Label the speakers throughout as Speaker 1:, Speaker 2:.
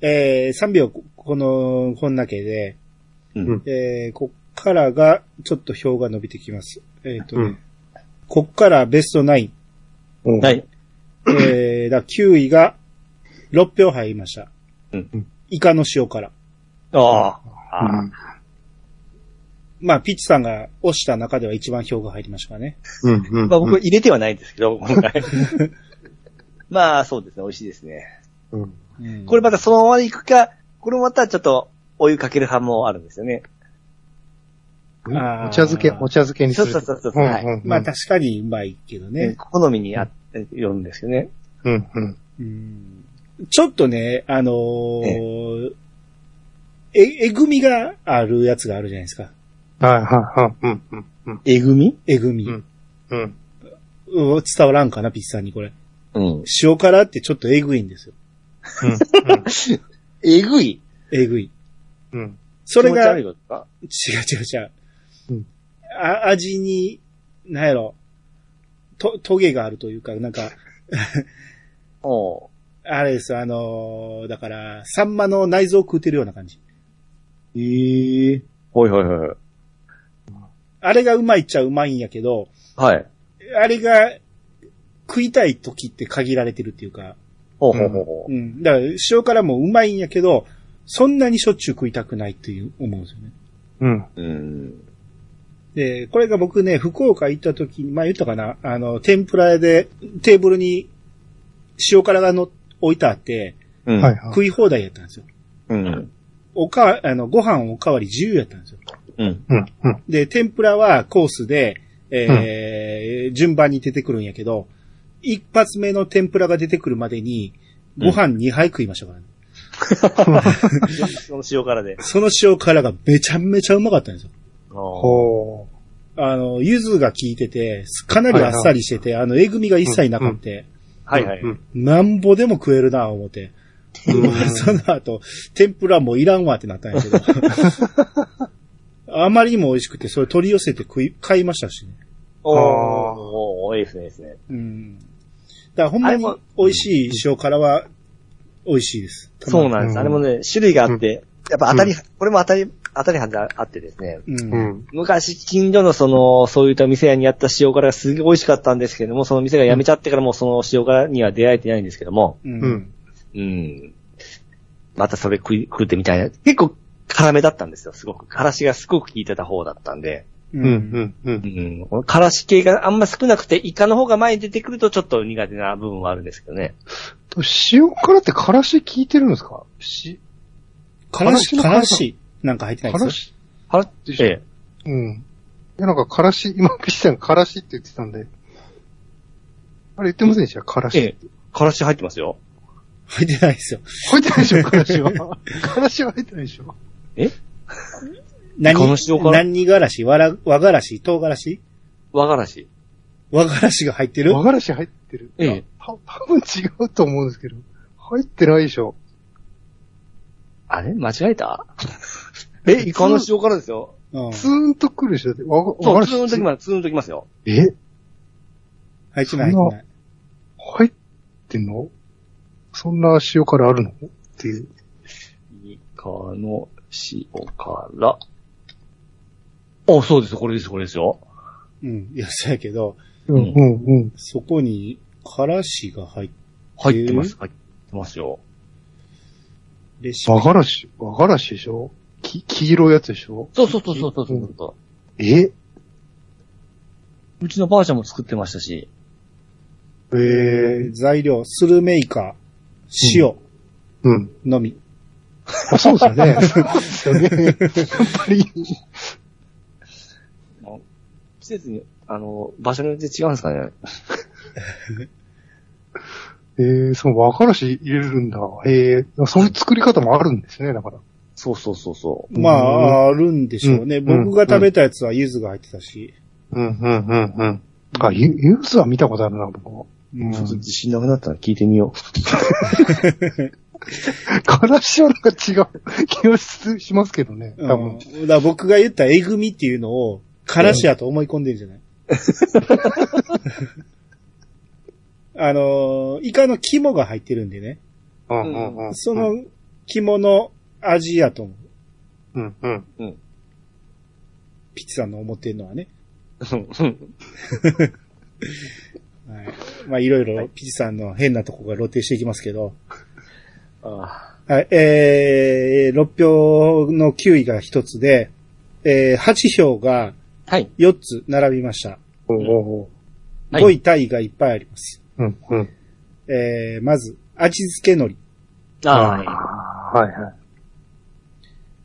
Speaker 1: えー、3秒、この、こんだけで、
Speaker 2: うん。
Speaker 1: えー、こっからが、ちょっと表が伸びてきます。えっ、とね、
Speaker 2: うん
Speaker 1: こっからベスト9。
Speaker 2: うん。
Speaker 3: はい。
Speaker 1: えー、だ9位が、6票入りました。
Speaker 3: うん
Speaker 2: うん
Speaker 1: イカの塩辛。
Speaker 3: ああ。
Speaker 2: うん
Speaker 1: まあ、ピッチさんが押した中では一番票が入りましたからね。
Speaker 2: うん。うん。
Speaker 3: まあ僕入れてはないんですけ ど、今回。まあそうですね、美味しいですね。
Speaker 2: うん。
Speaker 1: うん
Speaker 3: これまたそのまま行くか、これまたちょっとお湯かける派もあるんですよね。
Speaker 2: うん
Speaker 1: あー
Speaker 2: お茶漬け、お茶漬けにす
Speaker 3: そう
Speaker 2: る。
Speaker 3: そうそうそう。
Speaker 2: うん
Speaker 3: はい。
Speaker 2: うん。
Speaker 1: まあ、確かにうまいけどね。
Speaker 3: 好みにあよるんですよね。
Speaker 2: うん。うん。
Speaker 1: うんちょっとね、あのーえ、えぐみがあるやつがあるじゃないですか。
Speaker 2: はいはいはい。うん。うん。うん。
Speaker 3: えぐみ
Speaker 1: えぐみ。う
Speaker 2: う
Speaker 1: ん
Speaker 2: うん。
Speaker 1: ん伝わらんかな、ピッチさんにこれ。
Speaker 3: うん。
Speaker 1: 塩辛ってちょっとえぐいんですよ。
Speaker 3: えぐい
Speaker 1: えぐい。
Speaker 2: うん。うん。
Speaker 1: それが、違う
Speaker 3: 気持ち悪いことか
Speaker 1: 違う違う。
Speaker 2: うん
Speaker 1: あ味に、なんやろ、と、トゲがあるというか、なんか、
Speaker 3: おう
Speaker 1: あれです、あのーだから、サンマの内臓を食うてるような感じ。
Speaker 3: ええほいほいほい。
Speaker 1: あれがうまいっちゃうまいんやけど、
Speaker 3: はい。
Speaker 1: あれが、食いたい時って限られてるっていうか、
Speaker 3: ほうほうほうほ
Speaker 1: う
Speaker 3: う。
Speaker 1: ん。だから、塩辛もうまいんやけど、そんなにしょっちゅう食いたくないっていう思うんですよね。
Speaker 2: うん。
Speaker 3: うん。
Speaker 1: で、これが僕ね、福岡行った時に、まあ言ったかな、あの、天ぷら屋でテーブルに塩辛がの置いてあって、
Speaker 3: うん。
Speaker 2: はい。はい。
Speaker 1: 食い放題やったんですよ。
Speaker 3: うん。
Speaker 1: おか、あの、ご飯おかわり自由やったんですよ。
Speaker 3: うん。
Speaker 2: うん。うん。
Speaker 1: で、天ぷらはコースで、えー順番に出てくるんやけど、一発目の天ぷらが出てくるまでに、ご飯2杯食いましたからね。
Speaker 3: その塩辛で。
Speaker 1: その塩辛がめちゃめちゃうまかったんですよ。
Speaker 3: ほ
Speaker 2: ほ
Speaker 1: あの、柚子が効いてて、かなりあっさりしてて、あの、えぐみが一切なかった。
Speaker 3: う。
Speaker 2: う。
Speaker 3: はいはい。
Speaker 2: うん。
Speaker 1: なんぼでも食えるな、思って。
Speaker 2: うん
Speaker 1: その後、天ぷらもういらんわってなったん やけど。あまりにも美味しくて、それ取り寄せて食い、買いましたしね。
Speaker 3: お
Speaker 2: あー
Speaker 3: おーいいですね、いいですね。
Speaker 1: うん。だからほんまに
Speaker 3: あれも
Speaker 1: 美味しい塩辛は美味しいです。
Speaker 3: そうなんです。あれもね、種類があって、やっぱ当たり、
Speaker 2: う
Speaker 3: これも当たり、当たりはずあってですね。
Speaker 1: うん。
Speaker 2: う
Speaker 1: うん
Speaker 2: ん。
Speaker 3: 昔、近所のその、そういった店屋にあった塩辛がすげえ美味しかったんですけども、その店が辞めちゃってからもうその塩辛には出会えてないんですけども、
Speaker 1: うん
Speaker 2: うん
Speaker 3: うん。またそれ食い、食ってみたいな。結構辛めだったんですよ、すごく。辛子がすごく効いてた方だったんで。
Speaker 1: う。
Speaker 2: うんん。う
Speaker 3: う
Speaker 2: ん。
Speaker 3: ん。この辛子系があんま少なくて、イカの方が前に出てくるとちょっと苦手な部分はあるんですけどね。
Speaker 2: 塩辛ってからし効いてるんですかし、
Speaker 1: 辛子、
Speaker 2: 辛子の
Speaker 1: 辛子なんか入ってないです
Speaker 2: から
Speaker 1: よ。
Speaker 2: し
Speaker 3: 辛ええ。
Speaker 2: うん。いや、なんか、からし、 今、岸さん、からしって言ってたんで。あれ言ってませんでしたからし。
Speaker 3: ええ。辛子入ってますよ。
Speaker 1: 入ってないですよ。
Speaker 2: 入ってないでしょからしは。 からしは入ってないでしょ
Speaker 1: 何
Speaker 3: この塩辛
Speaker 1: 何辛子わら、和辛子唐辛子
Speaker 3: 和辛子。
Speaker 1: 和辛子が入ってる
Speaker 2: 和がらし入ってる。
Speaker 3: ええ。
Speaker 2: た多分違うと思うんですけど。入ってないでしょ。
Speaker 3: あれ間違えた え、イカの塩辛ですよ。
Speaker 1: うん。
Speaker 2: ツーンとくるでしょ。和が
Speaker 3: そ
Speaker 2: 和
Speaker 3: う、
Speaker 2: がら
Speaker 3: 通の時
Speaker 2: し。
Speaker 3: まで、通の時ますよ。
Speaker 2: え
Speaker 1: 入ってない、
Speaker 2: そん
Speaker 1: 入って
Speaker 2: な
Speaker 1: ない。
Speaker 2: 入ってんのそんな塩辛あるのっていう。
Speaker 3: イカの塩辛。あ、そうです、これです、これですよ。
Speaker 1: うん。いや、そうやけど、
Speaker 2: うんん、うん、うん。
Speaker 1: そこに、からしが入って、
Speaker 3: 入ってま
Speaker 1: え
Speaker 3: す、入ってますよ。
Speaker 1: レシピ
Speaker 2: 和がらし、和がらしでしょき、黄色いやつでしょ
Speaker 3: そうそうそうそうそうそうそ
Speaker 2: え
Speaker 3: う。うちのばあちゃんも作ってましたし。
Speaker 2: え
Speaker 1: えー
Speaker 2: え
Speaker 1: 材料、スルメイカ、塩
Speaker 2: うん。
Speaker 1: のみ。
Speaker 2: あそうですよね。そうですよね。やっぱり。
Speaker 3: 季節に、あの、場所によって違うんですかね。
Speaker 2: えー、その和からし入れるんだ。えー、その作り方もあるんですね、だから。
Speaker 3: そうそうそうそ
Speaker 1: まあ、あるんでしょうね。
Speaker 2: うんうん
Speaker 1: 僕が食べたやつは柚子が入ってたし。
Speaker 2: うん、うん、うん、うん。あ、ゆ、ゆずは見たことあるな、僕も。
Speaker 1: う
Speaker 3: う。ちょっと
Speaker 1: ん
Speaker 3: 自信なくなったら聞いてみよ
Speaker 2: からしはなんか違う気がししますけどね、
Speaker 1: う
Speaker 2: 多
Speaker 1: ん
Speaker 2: 分。
Speaker 1: だから僕が言ったえぐみっていうのを、からしやと思い込んでるんじゃない あのー、イカの肝が入ってるんでね。
Speaker 2: うん、うん、うん。
Speaker 1: その、着物味やと思う。
Speaker 2: うん、うん。
Speaker 1: ピッチさんの思ってるのはね。
Speaker 3: うん
Speaker 1: はい。まあ、いろいろピッチさんの変なとこが露呈していきますけど。
Speaker 3: あ
Speaker 1: はい。えー、6票の9位が1つで、えー、8票が
Speaker 3: ーはい。
Speaker 1: 4つ並びました。
Speaker 2: おうおうおう
Speaker 3: はい
Speaker 1: 5位タイがいっぱいあります。
Speaker 2: うん、うん。
Speaker 1: えー、まず、味付け海苔。
Speaker 3: あ
Speaker 2: はい、はい。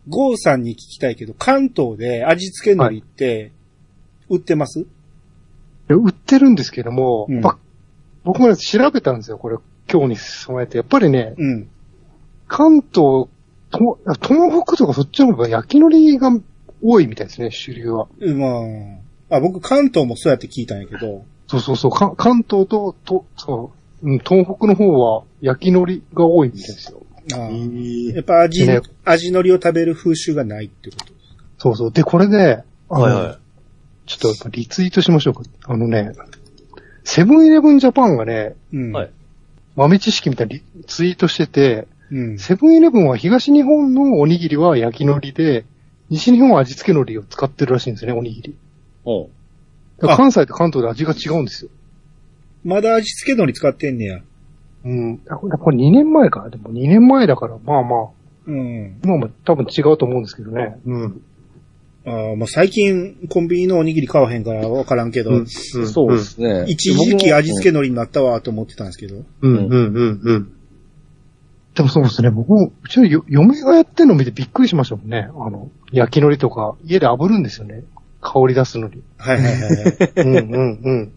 Speaker 1: ゴーさんに聞きたいけど、関東で味付け海苔って、売ってます、
Speaker 2: いや売ってるんですけども、
Speaker 1: うん
Speaker 2: ば僕もね調べたんですよ、これ。今日に備えて。やっぱりね、
Speaker 1: うん。
Speaker 2: 関東、ともあ東北とかそっちの方が焼き海苔が多いみたいですね、主流は。
Speaker 1: うんまあ、あ、僕関東もそうやって聞いたんやけど、
Speaker 2: そうそうそう、か関東と、と、そう、うん、東北の方は焼き海苔が多いみたいですよ。
Speaker 1: あー
Speaker 3: い。
Speaker 1: やっぱ味、
Speaker 2: ね
Speaker 1: 味のりを食べる風習がないってこと。
Speaker 2: そうそう。で、これね、あの、
Speaker 3: はいはい。
Speaker 2: ちょっとやっぱリツイートしましょうか。あのね、セブンイレブンジャパンがね、
Speaker 1: うん。
Speaker 3: はい
Speaker 2: 豆知識みたいなリツイートしてて、
Speaker 1: うん。
Speaker 2: セブンイレブンは東日本のおにぎりは焼き海苔で、西日本は味付け海苔を使ってるらしいんですよね、おにぎり。
Speaker 3: おう
Speaker 2: だか
Speaker 1: あ
Speaker 2: ら関西と関東で味が違うんですよ。
Speaker 1: まだ味付け海苔使ってんねや。
Speaker 2: うん。あこれこれ2年前か。でも2年前だから、まあまあ、
Speaker 1: うん。
Speaker 2: 今も多分違うと思うんですけどね。うん。
Speaker 1: あーまあ、最近コンビニのおにぎり買わへんからわからんけど、
Speaker 2: うん。
Speaker 3: そうですね。
Speaker 1: 一時期味付け海苔になったわと思ってたんですけど。
Speaker 2: うんうんうんうん。でもそうですね、僕も、うちのよ嫁がやってるの見てびっくりしましたもんね。あの、焼き海苔とか、家で炙るんですよね。香り出すのに。
Speaker 1: はいはいはいはい。
Speaker 2: うんうんうん。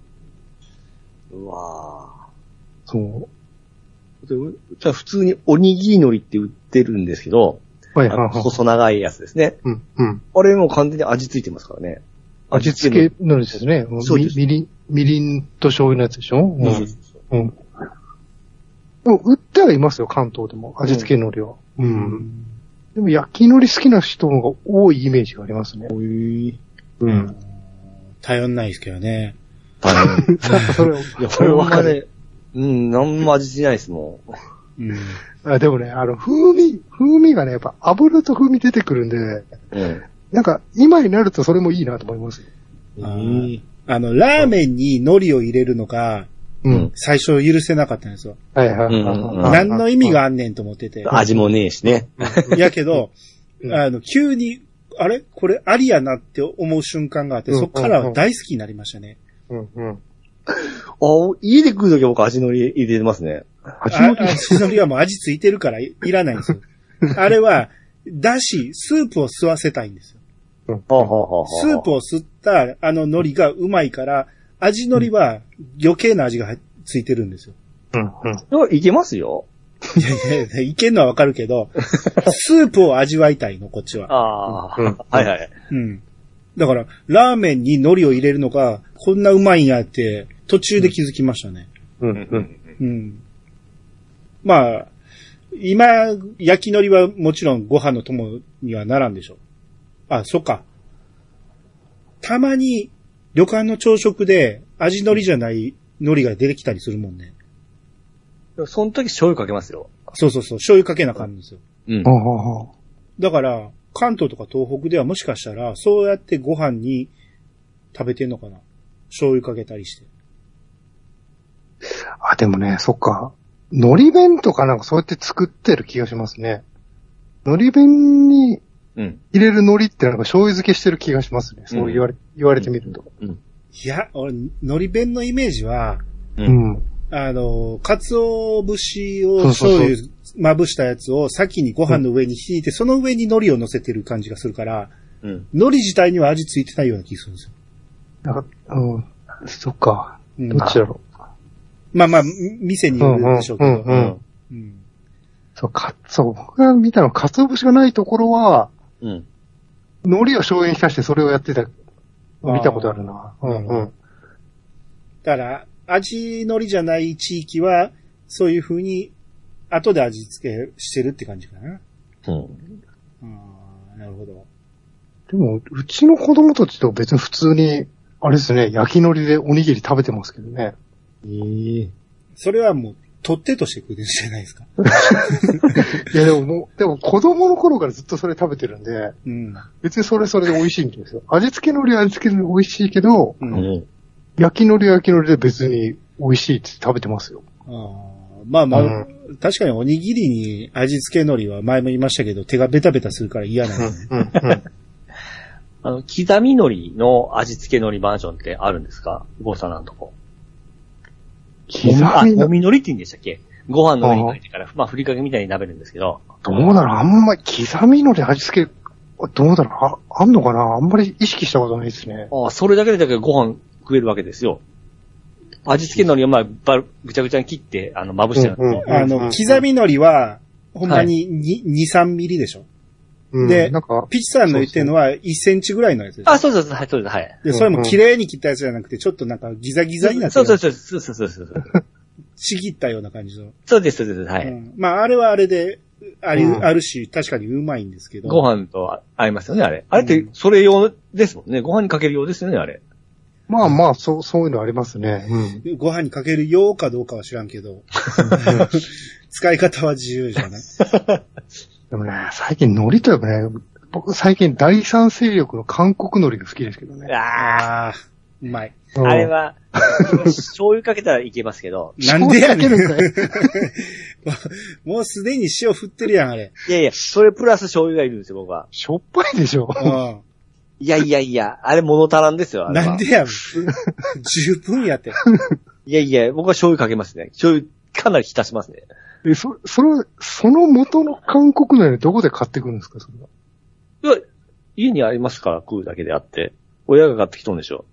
Speaker 3: け。うわ
Speaker 2: そう。
Speaker 3: ーじゃあ普通におにぎり海苔って売ってるんですけ ど、
Speaker 2: はい
Speaker 3: あ
Speaker 2: は
Speaker 3: の
Speaker 2: いはい。
Speaker 3: 細長いやつですね。
Speaker 2: うんうん。
Speaker 3: あれもう完全に味付いてますからね。
Speaker 2: 味付けのりですね。うん
Speaker 3: そうです
Speaker 2: みみりん、みりんと醤油のやつでしょう
Speaker 3: うん
Speaker 2: ん。うん。でも売ってはいますよ、関東でも。味付け海苔は。う。。
Speaker 1: うん
Speaker 2: でも焼き海苔好きな人の方が多いイメージがあります ね。うん。
Speaker 1: 頼んないですけどね。
Speaker 3: 大変。
Speaker 2: それ、
Speaker 3: いや、
Speaker 2: それわかる
Speaker 3: る。うん、なんも味しないですもん。
Speaker 1: うん。
Speaker 2: あでもね、あの、風味、風味がね、やっぱ炙ると風味出てくるんで、
Speaker 3: うん。
Speaker 2: なんか、今になるとそれもいいなと思いますよ。
Speaker 1: あーあの、ラーメンに海苔を入れるのが、
Speaker 2: うん。
Speaker 3: うん
Speaker 1: 最初許せなかったんですよ。
Speaker 2: はいはいはい
Speaker 3: うんうんうん
Speaker 2: はい。
Speaker 1: 何の意味があんねんと思ってて。
Speaker 3: 味もねえしね。
Speaker 1: やけど、
Speaker 2: うん
Speaker 1: あの、急に、あれこれありやなって思う瞬間があって、
Speaker 2: うん
Speaker 1: そっからは大好きになりましたね。
Speaker 2: うんうん。
Speaker 3: あ、家で食うときは僕味のり入れてますね。
Speaker 2: 味
Speaker 1: あ
Speaker 2: のり、
Speaker 1: 味のりはもう味ついてるからいいらないんですよ。あれは、だし、スープを吸わせたいんですよ。
Speaker 3: はあ、はあはあはあ、
Speaker 1: スープを吸ったあの海苔がうまいから、味のりは余計な味がついてるんですよ。
Speaker 2: うんう
Speaker 3: を。
Speaker 2: ん。
Speaker 3: いけますよ。
Speaker 1: いやいやいや、いけんのはわかるけど、スープを味わいたいの、こっちは。
Speaker 3: ああ、
Speaker 2: うん
Speaker 3: はいはい。
Speaker 1: うん。だから、ラーメンに海苔を入れるのが、こんなうまいんやって、途中で気づきましたね。
Speaker 2: うん
Speaker 3: うん
Speaker 2: うん。
Speaker 1: うん。まあ、今、焼き海苔はもちろんご飯の友にはならんでしょう。あ、そっか。たまに、旅館の朝食で味海苔じゃない海苔が出てきたりするもんね。
Speaker 3: その時醤油かけますよ。
Speaker 1: そうそうそう、醤油かけなあかんんですよ。
Speaker 3: うん
Speaker 2: あ。あ、あ
Speaker 1: だから、関東とか東北ではもしかしたら、そうやってご飯に食べてんのかな。醤油かけたりして。
Speaker 2: ああ、でもね、そっか。海苔弁とかなんかそうやって作ってる気がしますね。海苔弁に
Speaker 3: うん。
Speaker 2: 入れる海苔ってなんか醤油漬けしてる気がしますね。そう言われ、言われてみると。
Speaker 1: いや、俺、海苔弁のイメージは、
Speaker 3: う。
Speaker 2: うんん。
Speaker 1: あの、鰹節を
Speaker 2: そうそ
Speaker 1: 醤
Speaker 2: うそう
Speaker 1: 油まぶしたやつを先にご飯の上に敷いて、その上に海苔を乗せてる感じがするから、
Speaker 3: うん。
Speaker 1: 海苔自体には味ついてないような気がするんですよ。
Speaker 2: なんか、うん。そっか。
Speaker 1: うん
Speaker 2: どっちだろ
Speaker 1: まあまあ、み店
Speaker 2: う。
Speaker 1: に
Speaker 2: う
Speaker 1: よ
Speaker 2: んう
Speaker 1: る
Speaker 2: ん
Speaker 1: でしょうけど。
Speaker 2: うんうん。
Speaker 1: うん
Speaker 2: そう、か、そう、僕が見たのは、かつお節がないところは、
Speaker 3: うん。
Speaker 2: 海苔を醤油に浸してそれをやってた、
Speaker 1: あー
Speaker 2: 見たことあるな。うんうん。
Speaker 1: だから、味のりじゃない地域は、そういう風に、後で味付けしてるって感じかな。
Speaker 3: うん。
Speaker 1: あーなるほど。
Speaker 2: でも、うちの子供たちと別に普通に、あれですね、焼き海苔でおにぎり食べてますけどね。
Speaker 3: ええ。
Speaker 1: それはもう、取っ手として食うてるじゃないですか。
Speaker 2: いやでももう、でも子供の頃からずっとそれ食べてるんで、
Speaker 1: うん。
Speaker 2: 別にそれそれで美味しいんですよ。味付け海苔は味付け海苔で美味しいけど、
Speaker 1: う。
Speaker 3: うん
Speaker 1: あ
Speaker 3: ん。
Speaker 2: 焼き海苔は焼き海苔で別に美味しいって食べてますよ。
Speaker 1: ーまあまあ、確かにおにぎりに味付け海苔は前も言いましたけど、手がベタベタするから嫌なんで、
Speaker 2: うん、うん。
Speaker 3: あの、刻み海苔の味付け海苔バージョンってあるんですかごさんのとこ。
Speaker 2: 刻
Speaker 3: あ、
Speaker 2: み
Speaker 3: も
Speaker 2: の、
Speaker 3: み海苔って言うんでしたっけご飯の上にかけてから、まあ、ふりかけみたいに食べるんですけど。
Speaker 2: どうだろうあんまり刻みのり味付け、どうだろうあ、あんのかなあんまり意識したことないですね。
Speaker 3: あそれだけでだけどご飯食えるわけですよ。味付け海苔をまあ、ばぐちゃぐちゃに切って、あの、まぶしてあるの。
Speaker 2: うんうん
Speaker 1: あの、
Speaker 2: うん
Speaker 1: 刻み海苔は、ほんまに2、3ミリでしょ。
Speaker 2: うん、
Speaker 1: で
Speaker 2: なんか、
Speaker 1: ピチさんの言ってるのは1センチぐらいのやつでしょ。
Speaker 3: あ、そうそうそう、はい、そうです、はい。
Speaker 1: で、それも綺麗に切ったやつじゃなくて、ちょっとなんかギザギザになって
Speaker 3: そう
Speaker 1: る
Speaker 3: そうそう、そうそうそうそう。
Speaker 1: ちぎったような感じの。
Speaker 3: そうです、そうです、は
Speaker 1: う
Speaker 3: い。
Speaker 1: んまあ、あれはあれで、あり、
Speaker 2: うん
Speaker 1: あるし、確かにうまいんですけど。
Speaker 3: ご飯と合いますよね、あれ。あれっ
Speaker 1: う
Speaker 3: て
Speaker 1: ん、
Speaker 3: それ用ですもんね。ご飯にかける用ですよね、あれ。
Speaker 2: まあまあ、そう、そういうのありますね。うん。
Speaker 1: ご飯にかけるようかどうかは知らんけど、使い方は自由じゃない
Speaker 2: でもね、最近海苔といえばね、僕最近第三勢力の韓国海苔が好きですけどね。
Speaker 3: あ
Speaker 1: ああ、うまい。
Speaker 2: うん
Speaker 3: あれ。は、醤油かけたらいけますけど、
Speaker 1: なんでやねん
Speaker 2: 醤油かけるんかい
Speaker 1: もうすでに塩振ってるやん、あれ。
Speaker 3: いやいや、それプラス醤油がいるんですよ、僕は。
Speaker 2: しょっぱいでしょ。
Speaker 1: うん。
Speaker 3: いやいやいや、あれ物足らんですよ、あれは
Speaker 1: なんでやん。十分やって。
Speaker 3: いやいや、僕は醤油かけますね。醤油かなり浸しますね。
Speaker 2: え、そ、その、その元の韓国のりどこで買ってくるんですか、それは。
Speaker 3: いや、家にありますから食うだけであって。親が買ってきとんでしょ。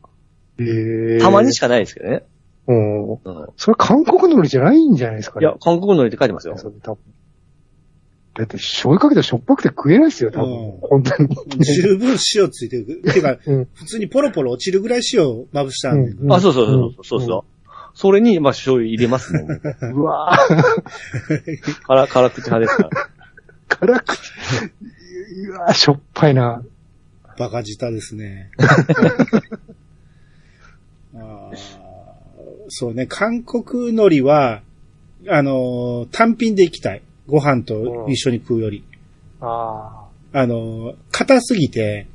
Speaker 2: え
Speaker 3: たまにし
Speaker 2: か。
Speaker 3: かないですけどね。
Speaker 2: うん。
Speaker 3: うん。
Speaker 2: それ韓国のりじゃないんじゃないですか
Speaker 3: い
Speaker 2: ね。
Speaker 3: や、韓国のりって書いてますよ。
Speaker 2: それ多分。だって醤油かけたらしょっぱくて食えないですよ、多
Speaker 1: うん
Speaker 2: 分。本当に。
Speaker 1: 十分塩ついてる。てか、
Speaker 2: うん
Speaker 1: 普通にポロポロ落ちるぐらい塩まぶしたんで。
Speaker 2: うん
Speaker 3: あ、そうそうそう、そうそう。それに、まあ、醤油入れますね。
Speaker 2: うわぁ、
Speaker 3: 辛、辛口派です から。
Speaker 2: 辛くて。うわぁ、しょっぱいな。
Speaker 1: バカ舌です ね。あーそうね、韓国海苔は、あのー単品でいきたい。ご飯と一緒に食うより。
Speaker 2: あ
Speaker 1: あのー硬すぎて、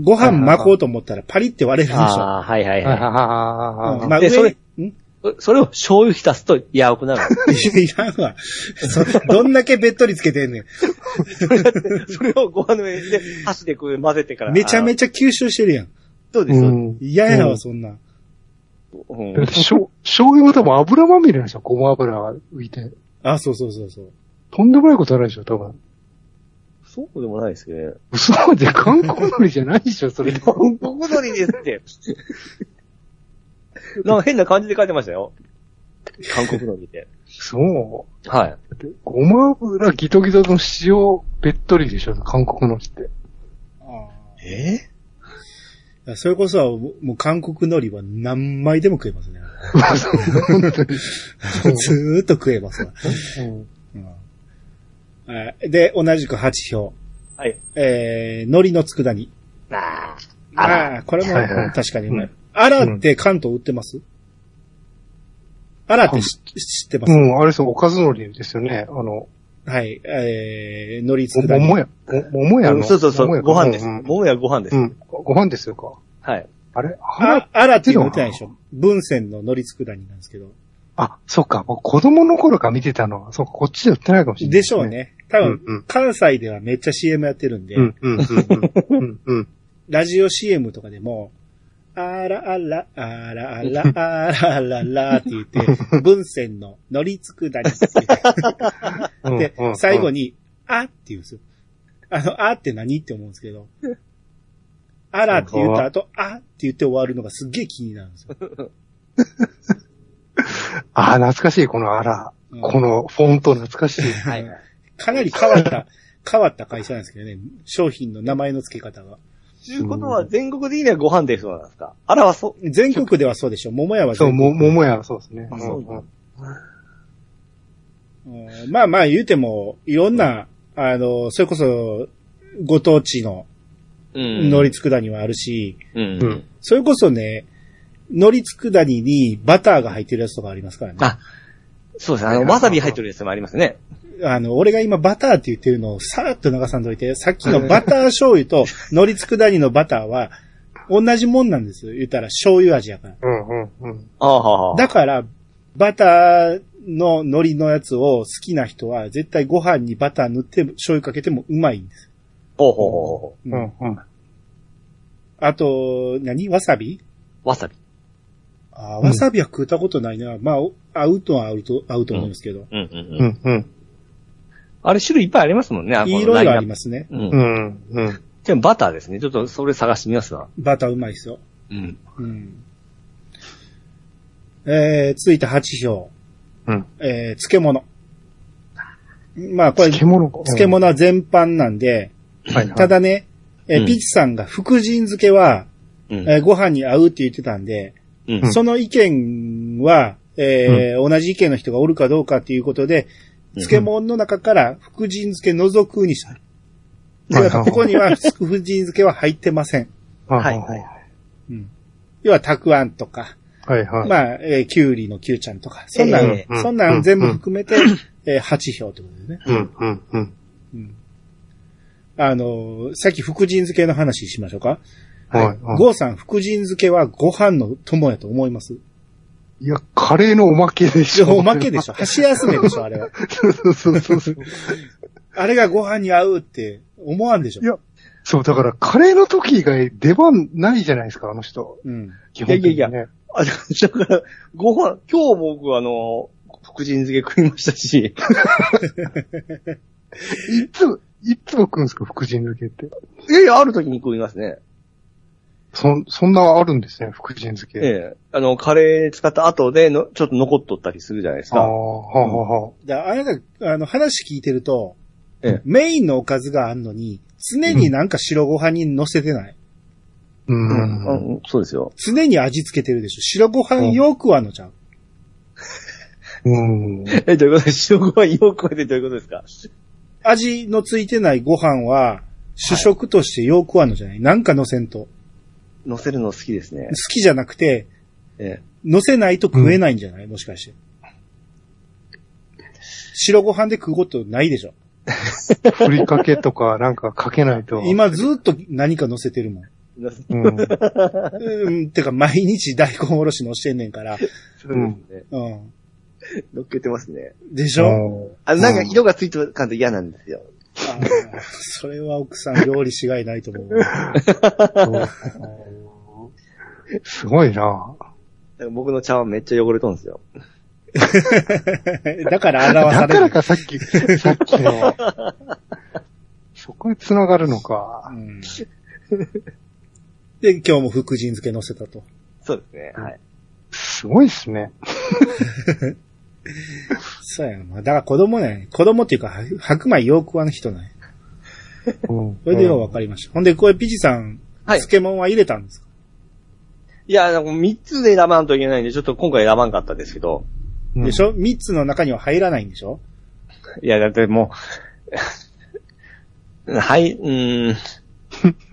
Speaker 1: ご飯巻こうと思ったらパリって割れるでしょ。
Speaker 3: ああ、はいはい
Speaker 2: あ。は
Speaker 3: は
Speaker 2: はは
Speaker 1: うんまあ、
Speaker 3: で
Speaker 1: 上
Speaker 3: それ
Speaker 1: にん
Speaker 3: い。それを醤油浸すと、やおくなる。
Speaker 1: いやいらんわ。そどんだけべっとりつけて んねん。
Speaker 3: それをご飯の上で、箸でこう混ぜてから。
Speaker 1: めちゃめ
Speaker 3: ちゃ。
Speaker 1: ちゃ吸収してるやん。
Speaker 3: そうです
Speaker 2: う
Speaker 3: よ。
Speaker 2: ん。
Speaker 1: 嫌や
Speaker 2: う
Speaker 1: わ、
Speaker 2: ん
Speaker 1: そんなん。
Speaker 3: うん
Speaker 2: だってしょ醤油は多分油まみれなんでしょごま油が浮いて。
Speaker 1: あ、そうそうそうそう。
Speaker 2: とんでもないことあるでしょ多分。
Speaker 3: そうでもないですけどね。
Speaker 2: 嘘で韓国海苔じゃないでしょそれ。
Speaker 3: 韓国のりですって。 なんか変な感じで書いてましたよ。韓国のりって。
Speaker 2: そう。
Speaker 3: はい。
Speaker 2: ごま油ギトギトの塩べっとりでしょ韓国のって。
Speaker 3: え
Speaker 1: それこそ、もう韓国海苔は何枚でも食えますね。ずーっと食えますわ。うんはいで、同じく8票。
Speaker 3: はい。
Speaker 1: えー、海苔の佃煮。
Speaker 3: あー
Speaker 1: ああ、これも
Speaker 2: はいはい
Speaker 1: 確かにうま
Speaker 2: う
Speaker 1: い。あらって関東売ってますあらってし知ってま
Speaker 2: う
Speaker 1: す
Speaker 2: ん、あれそう、おかずのりですよね。あの、
Speaker 1: はい。えー、海苔佃煮。
Speaker 2: 桃屋、も桃屋の。
Speaker 3: そうそうそう。ご飯です。
Speaker 2: うん
Speaker 3: もやご飯です
Speaker 2: う。ん、ご飯ですよか。
Speaker 3: はい。
Speaker 2: あれあ
Speaker 1: あ、あらっていうの売ってないでしょ。文鮮の海苔佃煮なんですけど。
Speaker 2: あ、そっか。僕子供の頃から見てたのは、そうか、こっちで売ってないかもしれない
Speaker 1: でしょう。ね。多分、
Speaker 2: うんうん
Speaker 1: 関西ではめっちゃ CM やってるんで、
Speaker 2: うん、うん、うん、うん、うん。
Speaker 1: ラジオ CM とかでも、あらあら、あらあら、あらあららって言っ て、文鮮の乗りつくだりって
Speaker 2: うん
Speaker 1: 言って、で、最後
Speaker 2: に。
Speaker 1: に、あって言うんですよ。あの、あって何って思うんですけど、あらって言った後、あって言って終わるのがすっげえ気になるんですよ。
Speaker 2: あー、懐かしい、このあら。
Speaker 1: うん
Speaker 2: このフォント懐かしい。
Speaker 3: はい。
Speaker 1: かなり変わった、変わった会社なんですけどね、商品の名前の付け方が。
Speaker 3: ということは、全国的にはご飯ですそうなんですかあらはそ、
Speaker 1: 全国ではそうでしょ。桃屋は
Speaker 2: そう、
Speaker 1: 全国
Speaker 2: も、桃屋、そうですね。
Speaker 3: あそうなんだ
Speaker 1: うんまあまあ言うても、いろんな、あの、それこそ、ご当地の
Speaker 3: うん
Speaker 1: 海苔佃煮はあるし、
Speaker 3: うん。
Speaker 2: うん
Speaker 1: それこそね、海苔佃煮にバターが入ってるやつとかありますからね。
Speaker 3: あ、そうですね。あの、わさび入ってるやつもありますね。
Speaker 1: あの、俺が今バターって言ってるのをさらっと流さんといて、さっきのバター醤油と海苔佃煮のバターは、同じもんなんですよ。言ったら醤油味やから。
Speaker 2: うんうんうん。
Speaker 3: ああ、はあ、はあ。
Speaker 1: だから、バターの海苔のやつを好きな人は、絶対ご飯にバター塗って醤油かけてもうまいんです。
Speaker 3: ほうほうほうほ
Speaker 1: う
Speaker 2: うんんうん。
Speaker 1: あと、何わさび
Speaker 3: う。わさび。
Speaker 1: あーわさびは食ったことないな。まあ、お合うとは合うと、合うと思うんですけど。
Speaker 3: うんうん
Speaker 2: う
Speaker 3: うん。
Speaker 2: んうん。
Speaker 3: あれ、種類いっぱいありますもんね。あ
Speaker 1: いろいろあり
Speaker 3: ま
Speaker 1: ますね。
Speaker 3: す。う。
Speaker 2: うんんうん。
Speaker 3: じゃあ、バターですね。ちょっと、それ探してみますわ。
Speaker 1: バターうまいですよ。
Speaker 3: うん。
Speaker 1: うん。えー、続いて8票。
Speaker 2: うん。
Speaker 1: えー、漬物。まあ、これ、
Speaker 2: 漬物か。
Speaker 1: 漬物は全般なんで、
Speaker 2: はいはい。
Speaker 1: ただね、えー
Speaker 3: うん
Speaker 1: ピチさんが福神漬けは、
Speaker 3: うん。
Speaker 1: えーご飯に合うって言ってたんで、
Speaker 3: うん
Speaker 2: ん
Speaker 1: その意見は、えー同じ意見の人がおるかどうかということで、漬物の中から福神漬け除くにした。
Speaker 2: はい
Speaker 1: だからここには福神漬けは入ってません。
Speaker 2: は
Speaker 3: はいい
Speaker 2: は
Speaker 3: はいい。
Speaker 1: 要は、たくあんとか、
Speaker 2: はいはい。
Speaker 1: まあ、えーきゅうりのきゅうちゃんとか、そんなん、
Speaker 3: え
Speaker 2: え
Speaker 1: そんなん全部含めて、えー8票ってことですね。
Speaker 2: うんうんうん。
Speaker 1: うんあのーさっき福神漬けの話しましょうか。
Speaker 2: はいはい。
Speaker 1: ゴーさん、福神漬けはご飯の友やと思います。
Speaker 2: いや、カレーのおまけでしょ。
Speaker 1: おまけでしょ。箸休めでしょ、あれは。
Speaker 2: そうそうそうそう。
Speaker 1: あれがご飯に合うって思わんでしょ
Speaker 2: い。や、そう、だからカレーの時以外出番ないじゃないですか、あの人。
Speaker 1: うん。
Speaker 2: 基本的に、ね。
Speaker 3: いやいやあ、だから、ご飯、今日僕、あの、福神漬け食いましたし、
Speaker 2: いつも、いつも食うんですか、福神漬けって。
Speaker 3: いやいや、ある時に食いますね。
Speaker 2: そん、そんなあるんですね、福神漬け。
Speaker 3: ええ。あの、カレー使った後での、ちょっと残っとったりするじゃないです
Speaker 2: ああ、は
Speaker 3: か。
Speaker 2: あは
Speaker 1: だあれが、あの、話聞いてると、
Speaker 3: ええ
Speaker 1: メインのおかずがあんのに、常になんか白ご飯に乗せてない。
Speaker 2: あ。う。
Speaker 3: うんんうんそうですよ。
Speaker 1: 常に味付けてるでしょ。白ご飯よくあんのちゃう。
Speaker 2: うん。
Speaker 3: え、どういうことです白ご飯よく超えてどういうことですか
Speaker 1: 味のついてないご飯は、主食としてよくあんのじゃない、なんか乗せんと。
Speaker 3: 乗せるの好きですね
Speaker 1: 好。きじゃなくて、
Speaker 3: ええ。
Speaker 1: 乗せないと食えないんじゃない、もしかして。白ご飯で食うことないでしょ。
Speaker 2: ふりかけとか なんかかけないと。
Speaker 1: 今ずっと何か乗せてるもん。
Speaker 3: 乗せ
Speaker 2: うん。
Speaker 1: うん、てか毎日大根おろし乗してんねんから。
Speaker 3: そうですね。
Speaker 1: うん。
Speaker 3: 乗っけてますね。
Speaker 1: でしょ、
Speaker 3: あの、なんか色がついてる感じ嫌なんですよ。
Speaker 1: あーそれは奥さん料理しがいないと思う。
Speaker 2: うんすごいな
Speaker 3: だから僕の茶碗めっちゃ汚れとんですよ。
Speaker 1: だから表され
Speaker 2: だから
Speaker 1: る。
Speaker 2: かさっき、さっきの。そこに繋がるのか
Speaker 1: う。んで、今日も福神漬け乗せたと。
Speaker 3: そうですね。はい。
Speaker 2: すごいっすね。
Speaker 1: そうやな。だから子供ね、子供っていうか、は白米よく食わん人ね。
Speaker 2: うん。
Speaker 1: これでよう分かりました。ほんで、これピチさん、
Speaker 3: はい。
Speaker 1: 漬物は入れたんですか
Speaker 3: いや、なんか3つで選ばんといけないんで、ちょっと今回選ばんかったですけど。
Speaker 2: うん
Speaker 1: でしょ三つの中には入らないんでしょ
Speaker 3: いや、だってもう、 はい、うーん。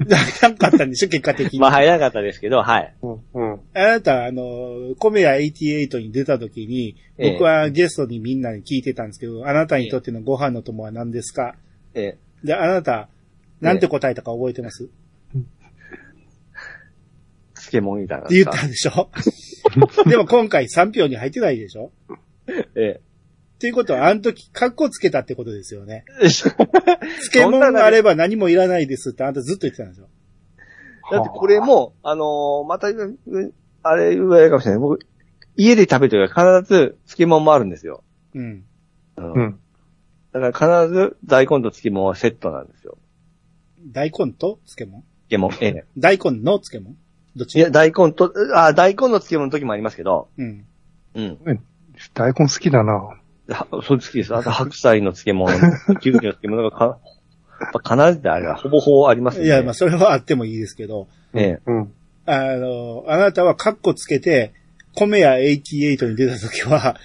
Speaker 1: だからなかったんでしょ結果的に。
Speaker 3: まあ入らなかったですけど、はい。
Speaker 2: うん。うん。
Speaker 1: あなた、あの、コメヤ88に出た時に、
Speaker 3: ええ
Speaker 1: 僕はゲストにみんなに聞いてたんですけど、あなたにとってのご飯の友は何ですか
Speaker 3: え
Speaker 1: で、あなた、なんて答えたか覚えてます、
Speaker 3: ー、漬物みたいな。
Speaker 1: って言ったんでし ょでも今回3票に入ってないでしょ
Speaker 3: え
Speaker 1: っていうことは、あの時、カッコつけたってことですよね。
Speaker 3: え。
Speaker 1: 漬物があれば何もいらないですってあんたずっと言ってたんでしょ
Speaker 3: だってこれも、あのーまた、うあれ言われるかもしれない。僕、家で食べてるから必ず漬物もあるんですよ。
Speaker 1: うん。
Speaker 3: うん
Speaker 2: うん。
Speaker 3: だから必ず大根と漬物はセットなんですよ。
Speaker 1: 大根と漬物
Speaker 3: 漬物、ええ。
Speaker 1: 大根の漬物どっち
Speaker 3: いや、大根と、あ、大根の漬物の時もありますけど、
Speaker 1: うん。
Speaker 3: うん。
Speaker 2: 大根好きだな
Speaker 3: はそうです好きです。あと白菜の漬物、 きゅうりの漬物がか、やっぱ必ずあれはほぼほぼありますよ
Speaker 1: い
Speaker 3: ね。
Speaker 1: や、まあ、それはあってもいいですけど、
Speaker 3: ええ。
Speaker 2: うん。
Speaker 1: あの、あなたはカッコつけて、米屋88に出た時は、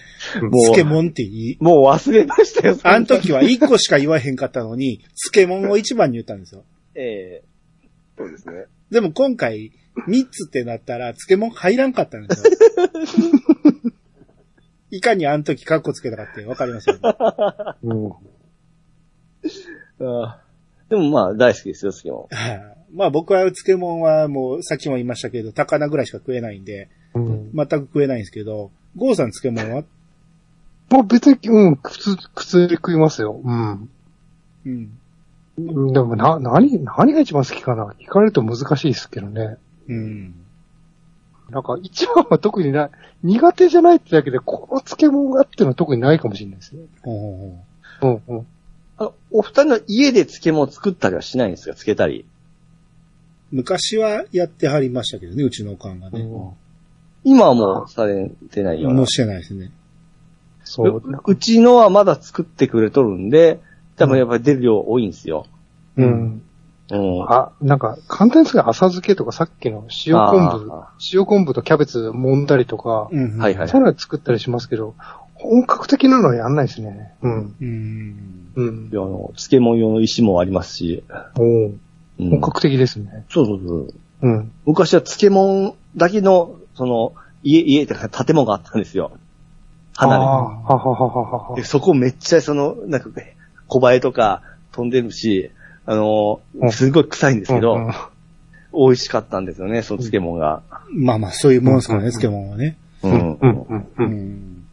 Speaker 3: も
Speaker 1: 漬
Speaker 3: う、
Speaker 1: 物って言い、
Speaker 3: もう忘れましたよ、そんな
Speaker 1: あの時は1個しか言わへんかったのに、漬物を一番に言ったんですよ。
Speaker 3: ええ。そうですね。
Speaker 1: でも今回、3つってなったら、漬物入らんかったんですよ。いかにあの時カッコつけたかってわかります よ、ね。
Speaker 2: うん。
Speaker 3: あーでもまあ、大好きですよ、好きも。
Speaker 1: はいまあ僕は漬物はもうさっきも言いましたけど、高菜ぐらいしか食えないんで、
Speaker 2: うん。
Speaker 1: 全く食えないんですけど、ゴーさん漬物は
Speaker 2: まあ別に、うん、普通、普通に食いますよ。うん。
Speaker 1: うん。
Speaker 2: うんでもな、何、何が一番好きかな聞かれると難しいですけどね。
Speaker 1: うん。
Speaker 2: なんか一番は特にない、苦手じゃないってだけで、この漬物がっていうのは特にないかもしれないですね。
Speaker 1: ほうほうほう
Speaker 2: うんうん。
Speaker 3: あのお二人の家で漬物を作ったりはしないんですか漬けたり。
Speaker 1: 昔はやってはりましたけどね、うちのおかんがね。
Speaker 2: うん
Speaker 3: 今はもうされてないような
Speaker 1: もう。してないですね。
Speaker 2: そう
Speaker 3: う。うちのはまだ作ってくれとるんで、多分やっぱり出る量多いんですよ。
Speaker 2: う
Speaker 1: うん
Speaker 2: ん。
Speaker 3: うん。
Speaker 2: あ、なんか、簡単ですけど、浅漬けとかさっきの塩昆布
Speaker 3: あ、
Speaker 2: 塩昆布とキャベツ揉んだりとか、
Speaker 1: うん。
Speaker 3: はいはい
Speaker 2: そういうのは作ったりしますけど、本格的なのはやんないですね。うん。
Speaker 1: うん。
Speaker 2: うん
Speaker 3: い。やあの漬物用の石もありますし。
Speaker 2: おー
Speaker 3: うん
Speaker 2: 本格的ですね。
Speaker 3: そうそうそう。
Speaker 2: うん。
Speaker 3: 昔は漬物だけの、その、家、家というか建物があったんですよ。
Speaker 2: あー
Speaker 3: 離
Speaker 2: ははははは
Speaker 3: れ。で、そこめっちゃその、なんか、小映えとか飛んでるし、あの
Speaker 2: う、ん
Speaker 3: すごい臭いんですけど、
Speaker 2: うんうん
Speaker 3: 美味しかったんですよね、その漬物が。
Speaker 1: まあまあ、そういうもんですからね、漬物はね。
Speaker 3: うん。
Speaker 2: うんうんう。
Speaker 1: うんん。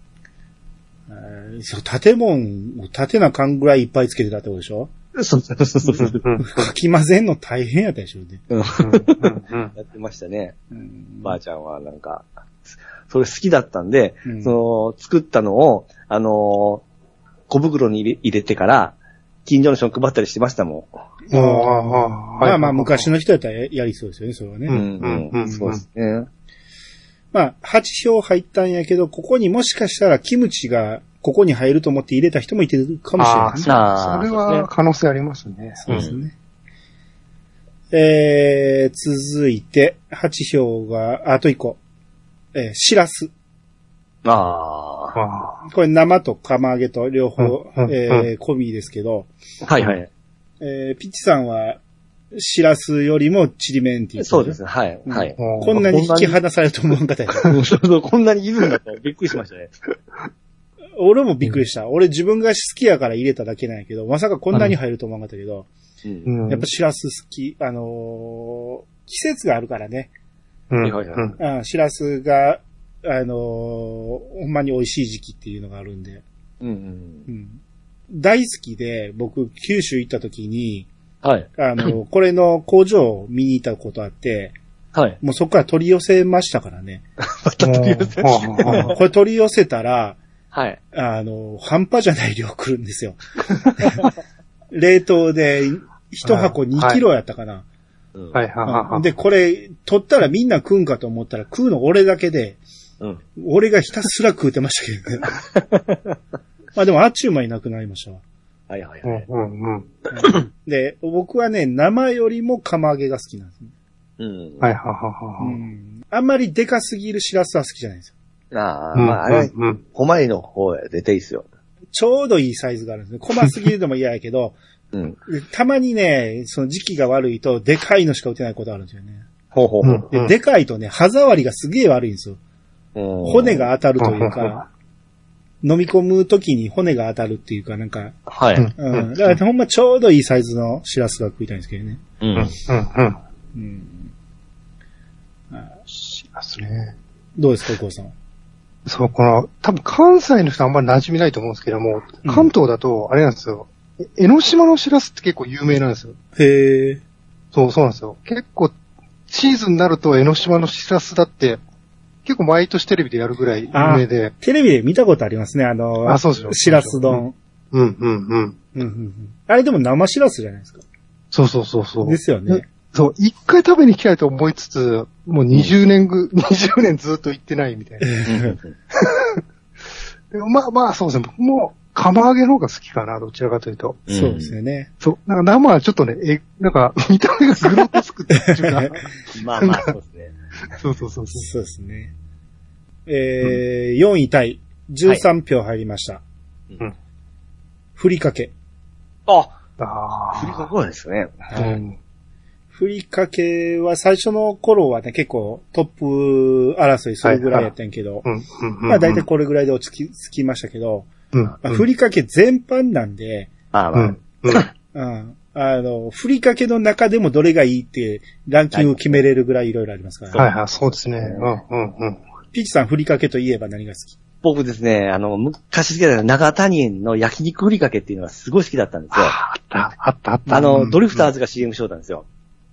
Speaker 1: えーそう、建物を建てな缶ぐらいいっぱいつけてたってことでしょ
Speaker 3: そうそうそうそう。
Speaker 2: うん
Speaker 1: かき混ぜんの大変やったでしょうね。
Speaker 2: うん
Speaker 3: やってましたね。
Speaker 1: うん
Speaker 3: ばあちゃんはなんか、それ好きだったんで、
Speaker 1: うん
Speaker 3: その、作ったのを、あのー小袋に入れ入れてから、近所の人に配ったりしてましたも
Speaker 2: あー
Speaker 1: まあまあ、。
Speaker 2: はいはいはい
Speaker 1: 昔の人やったらややりそうですよね、それはね。
Speaker 3: ん。
Speaker 2: う
Speaker 3: うんん、
Speaker 2: う
Speaker 3: うんん、そうですね。
Speaker 1: まあ、8票入ったんやけど、ここにもしかしたらキムチがここに入ると思って入れた人もいてるかもしれない
Speaker 2: あ
Speaker 1: ね
Speaker 2: あ、。
Speaker 3: あ
Speaker 2: そ
Speaker 3: ー
Speaker 2: れは可能性ありますね。
Speaker 1: そうですね。えー、続いて、8票が、あと1個。えー、シラス。
Speaker 3: ああ。
Speaker 2: あ
Speaker 1: これ生と釜揚げと両方、
Speaker 2: うんうん
Speaker 1: えー、込みですけど、
Speaker 3: はいはい。
Speaker 1: えー、ピッチさんは、シラスよりもチリメンっていう、
Speaker 3: そうです。ね。はい。
Speaker 1: うん
Speaker 3: はい。
Speaker 2: ー
Speaker 1: こんなに引き離されると思わんか ったよ
Speaker 3: そうそうこんなにいるんだったらびっくりしましたね。
Speaker 1: 俺もびっくりした。俺自分が好きやから入れただけなんやけど、まさかこんなに入ると思わんかったけど、
Speaker 3: うん
Speaker 2: うん
Speaker 1: やっぱシラス好き、あのー季節があるからね。
Speaker 2: うん
Speaker 3: はいはいはい
Speaker 1: うん、シラスが、あのーほんまに美味しい時期っていうのがあるんで、
Speaker 3: うんうん
Speaker 1: う。ん、大好きで、僕、九州行った時に、
Speaker 3: はい。
Speaker 1: あのー これの工場を見に行ったことあって、
Speaker 3: はい。
Speaker 1: もうそこから取り寄せましたからね。
Speaker 2: うん
Speaker 1: これ取り寄せたら、
Speaker 3: はい。
Speaker 1: あのー半端じゃない量来るんですよ。冷凍で、一箱2キロやったかな。
Speaker 3: うん
Speaker 2: はいはいはいはい。
Speaker 1: で、これ、取ったらみんな食うんかと思ったら食うの俺だけで、
Speaker 3: うん。
Speaker 1: 俺がひたすら食うてましたけどね。まあでも、あっちゅう間いなくなりましたわ。
Speaker 3: はいはい
Speaker 2: うん
Speaker 3: はい。
Speaker 2: うんうん。
Speaker 1: で、僕はね、生よりも釜揚げが好きなんですね。
Speaker 3: うん。
Speaker 2: はいはいはいうは
Speaker 1: ん。あんまりでかすぎるシラスは好きじゃないんですよ。
Speaker 3: ああ、
Speaker 2: い。
Speaker 3: まあ、あれ、
Speaker 2: うんうん
Speaker 3: 小前の方へ出ていいっすよ。
Speaker 1: ちょうどいいサイズがあるんですね。細すぎるのも嫌やけど、
Speaker 3: うん。
Speaker 1: でたまにね、その時期が悪いと、でかいのしか打てないことあるんですよね。
Speaker 3: ほうほう
Speaker 2: う
Speaker 3: ほ
Speaker 2: ん
Speaker 3: う。
Speaker 1: で、でかいとね、歯触りがすげえ悪いんですよ。
Speaker 3: うん
Speaker 1: 骨、が当たるという か、飲み込む時に骨が当たるっていうか、なんか、
Speaker 3: はい。
Speaker 2: うん
Speaker 1: うん。だからほんまちょうどいいサイズのシラスが食いたいんですけどね。
Speaker 3: うん。
Speaker 2: うんうん。
Speaker 1: うん。
Speaker 2: しますね。
Speaker 1: どうですか、お父さん。
Speaker 2: そう、この、多分関西の人あんまり馴染みないと思うんですけども、関東だと、あれなんですよ。え江ノ島のシラスって結構有名なんですよ。
Speaker 1: へえ。
Speaker 2: そう、そうなんですよ。結構、シーズンになると江ノ島のシラスだって、結構毎年テレビでやるぐらい有名で。
Speaker 1: テレビで見たことありますね、あの、
Speaker 2: あそうですよ
Speaker 1: しらす丼。
Speaker 2: うん、うん、う
Speaker 1: う
Speaker 2: ん。
Speaker 1: んうんうんあれでも生しらすじゃないですか。
Speaker 2: そうそうそうそう。
Speaker 1: ですよね。
Speaker 2: そう、一回食べに行きたいと思いつつ、もう20年ぐ、20年 ずっと行ってないみたいな。でもまあまあ、そうですね。僕も釜揚げの方が好きかな、どちらかというと。
Speaker 3: ん
Speaker 1: そうですよね。
Speaker 2: そう、なんか生はちょっとね、え、なんか、 見た目がグロッとつくっていうか。
Speaker 3: まあまあ、そうですね。
Speaker 2: そうそうそうそ
Speaker 1: そうですね。えー、4位タイ、13票入りました。
Speaker 2: うん
Speaker 1: ふりかけ。
Speaker 3: あ、
Speaker 2: う。あ
Speaker 3: 振りかかるんですね。
Speaker 2: あ。うん。
Speaker 1: ふりかけは最初の頃はね、結構トップ争いするぐらいやったんやけど、
Speaker 2: うん、うん。うん
Speaker 1: まあ大体、これぐらいで落ち着き着きましたけど、
Speaker 2: うん。
Speaker 1: まあ、ふりかけ全般なんで、
Speaker 3: ああ、
Speaker 2: う
Speaker 3: まあ、
Speaker 2: ん。うん。
Speaker 1: うん。あの、ふりかけの中でもどれがいいってランキングを決めれるぐらいいろいろありますから。
Speaker 2: はいはい、そうですね。うん、うん、うん。
Speaker 1: ピッチさんふりかけといえば何が好き
Speaker 3: 僕ですね、あの、昔好きだった長谷園の焼肉ふりかけっていうのがすごい好きだったんですよ。
Speaker 2: ああった、あった、あった。
Speaker 3: あの、ドリフター
Speaker 2: ズ。
Speaker 3: ズが CM しようたんですよ。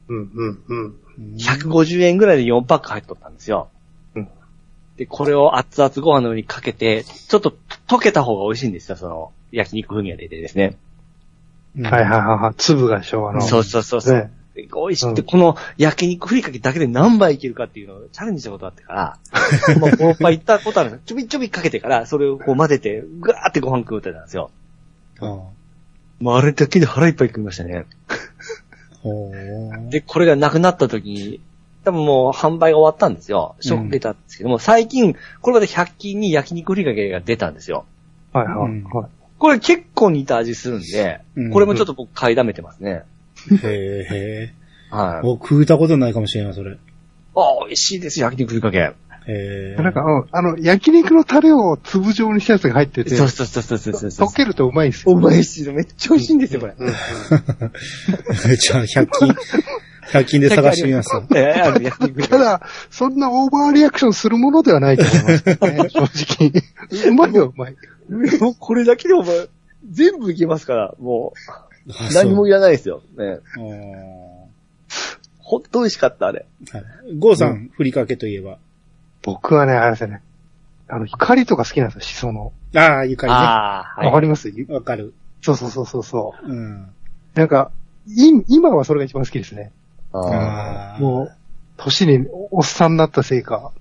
Speaker 2: うん、うん、う
Speaker 1: う
Speaker 2: ん。
Speaker 1: ん
Speaker 3: 150円ぐらいで4パック入っとったんですよ
Speaker 2: うん。
Speaker 3: で、これを熱々ご飯の上にかけて、ちょっと溶けた方が美味しいんですよ、その、焼肉風味が出てですね。
Speaker 2: はいはいはいはい。粒が昭和の。
Speaker 3: そううそうそうそう。
Speaker 2: ね。
Speaker 3: 美味しくて、
Speaker 2: うん
Speaker 3: この焼肉ふりかけだけで何杯いけるかっていうのをチャレンジしたことあって から、まあ、5杯いったことあるんですちょびちょびかけてから、それをこう混ぜて、ぐわーってご飯食うてたんですよ。
Speaker 1: あ
Speaker 3: もうあれだけで腹いっぱい食いましたね。
Speaker 1: あほー
Speaker 3: で、これがなくなった時に、多分もう販売が終わったんですよ。ショック受けたんですけども、最近、これまで100均に焼肉ふりかけが出たんですよ。
Speaker 2: はいは
Speaker 1: うん
Speaker 2: い。はい
Speaker 3: これ結構似た味するんで
Speaker 1: うん、
Speaker 3: これもちょっと僕買いだめてますね。
Speaker 1: へえ、へえ。
Speaker 3: はい。
Speaker 1: 僕食うたことないかもしれない、それ。
Speaker 3: あ、美味しいです、焼肉ふりかけ。
Speaker 1: へえ。
Speaker 2: なんか、うんあの、焼肉のタレを粒状にしたやつが入ってて、
Speaker 3: そうそうそうそうそうそう
Speaker 2: 溶。けるとうまいんです
Speaker 3: お
Speaker 2: よ。
Speaker 3: 前しいのめっちゃ美味しいんですよ、これ。
Speaker 2: うんう
Speaker 1: じ
Speaker 2: ん
Speaker 1: ゃあ、100均、100均で探してみます。
Speaker 3: え えあの焼肉
Speaker 2: ただ、そんなオーバーリアクションするものではないと思います けどね、正直。うまいよ、うまい。
Speaker 3: もうこれだけでお前、全部いけますから、も
Speaker 1: あ
Speaker 3: う、何も
Speaker 1: そう
Speaker 3: いらないですよ。ね。
Speaker 1: あー
Speaker 3: ほんと美味しかった、あれ。
Speaker 1: はいゴーさん、ふりかけといえば。
Speaker 2: 僕はね、あれですよね。あの、光とか好きなんですよ、しその。
Speaker 1: ああ、ゆかりね。わ
Speaker 3: あ
Speaker 2: わかりますゆ
Speaker 1: かる。
Speaker 2: そうそうそうそうそ
Speaker 1: うん。
Speaker 2: う。なんか、い、今はそれが一番好きですね。
Speaker 3: あ
Speaker 1: あー
Speaker 2: もう、年におおっさんになったせいか。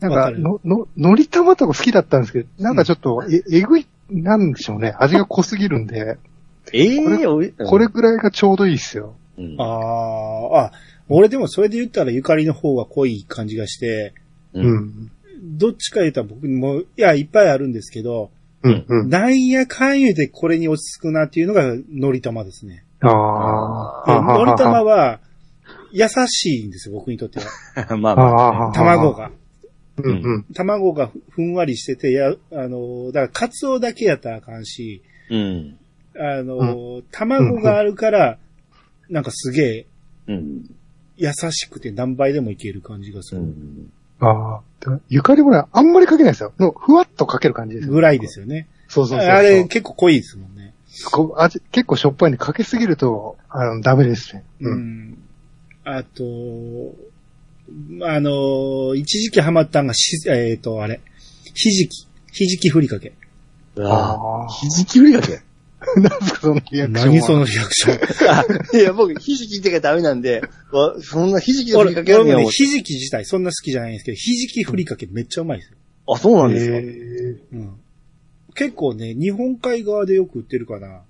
Speaker 2: なん
Speaker 1: わ
Speaker 2: か
Speaker 1: かる
Speaker 2: の、の、のり玉とか好きだったんですけど、なんかちょっと、え、えぐい、なんでしょうね。味が濃すぎるんで、
Speaker 3: ええおい
Speaker 2: これ、くらいがちょうどいいっすよ。
Speaker 3: うん
Speaker 1: ああ、あ、俺でもそれで言ったらゆかりの方が濃い感じがして、
Speaker 3: う。
Speaker 2: うん ん。
Speaker 1: どっちか言ったら僕も、いや、いっぱいあるんですけど、
Speaker 2: うん、うん。
Speaker 1: なんやかんやでこれに落ち着くなっていうのが、のり玉ですね。
Speaker 2: あ
Speaker 1: で
Speaker 2: あ。
Speaker 1: のり玉
Speaker 2: は、
Speaker 1: は、優しいんですよ、僕にとっては。
Speaker 3: まあ
Speaker 2: あ
Speaker 3: まあ。
Speaker 2: あああ
Speaker 1: 卵。が。
Speaker 2: うん、うん。
Speaker 1: 卵がふふんわりしてて、や、あの、だから、カツオだけやったらあかんし、
Speaker 3: うん。
Speaker 1: あの、卵があるから、なんかすげえ、
Speaker 3: うん。
Speaker 1: 優しくて何倍でもいける感じがす
Speaker 3: う
Speaker 1: る。
Speaker 3: ん。
Speaker 2: ああ。てかゆかりもね、あんまりかけないですよ。の、ふわっとかける感じですよ。
Speaker 1: ぐらいですよね。
Speaker 2: そうそうそうそう。
Speaker 1: あれ、結構濃いですもんね。
Speaker 2: こう味、結構しょっぱいんでかけすぎると、あの、ダメですね。
Speaker 1: う
Speaker 2: うん。
Speaker 1: ん。あと、あの、一時期ハマったんがし、えっ、と、あれ、ひじき、ひじきふりかけ。
Speaker 3: あ
Speaker 2: あー
Speaker 3: あ。ひじきふりかけ。
Speaker 2: なんすか、そのリアクションは。
Speaker 1: 何そのリアクション。
Speaker 3: あ いや、僕、ひじきってかダメなんで、わそんなひじきのふ
Speaker 1: 俺、
Speaker 3: りかけや
Speaker 1: 俺
Speaker 3: る
Speaker 1: もね、
Speaker 3: よ。
Speaker 1: ひじき自体そんな好きじゃないんですけど、ひじきふりかけめっちゃうまいですよ。
Speaker 3: あ、そうなんですか。
Speaker 2: え
Speaker 1: うん。結構ね、日本海側でよく売ってるかな。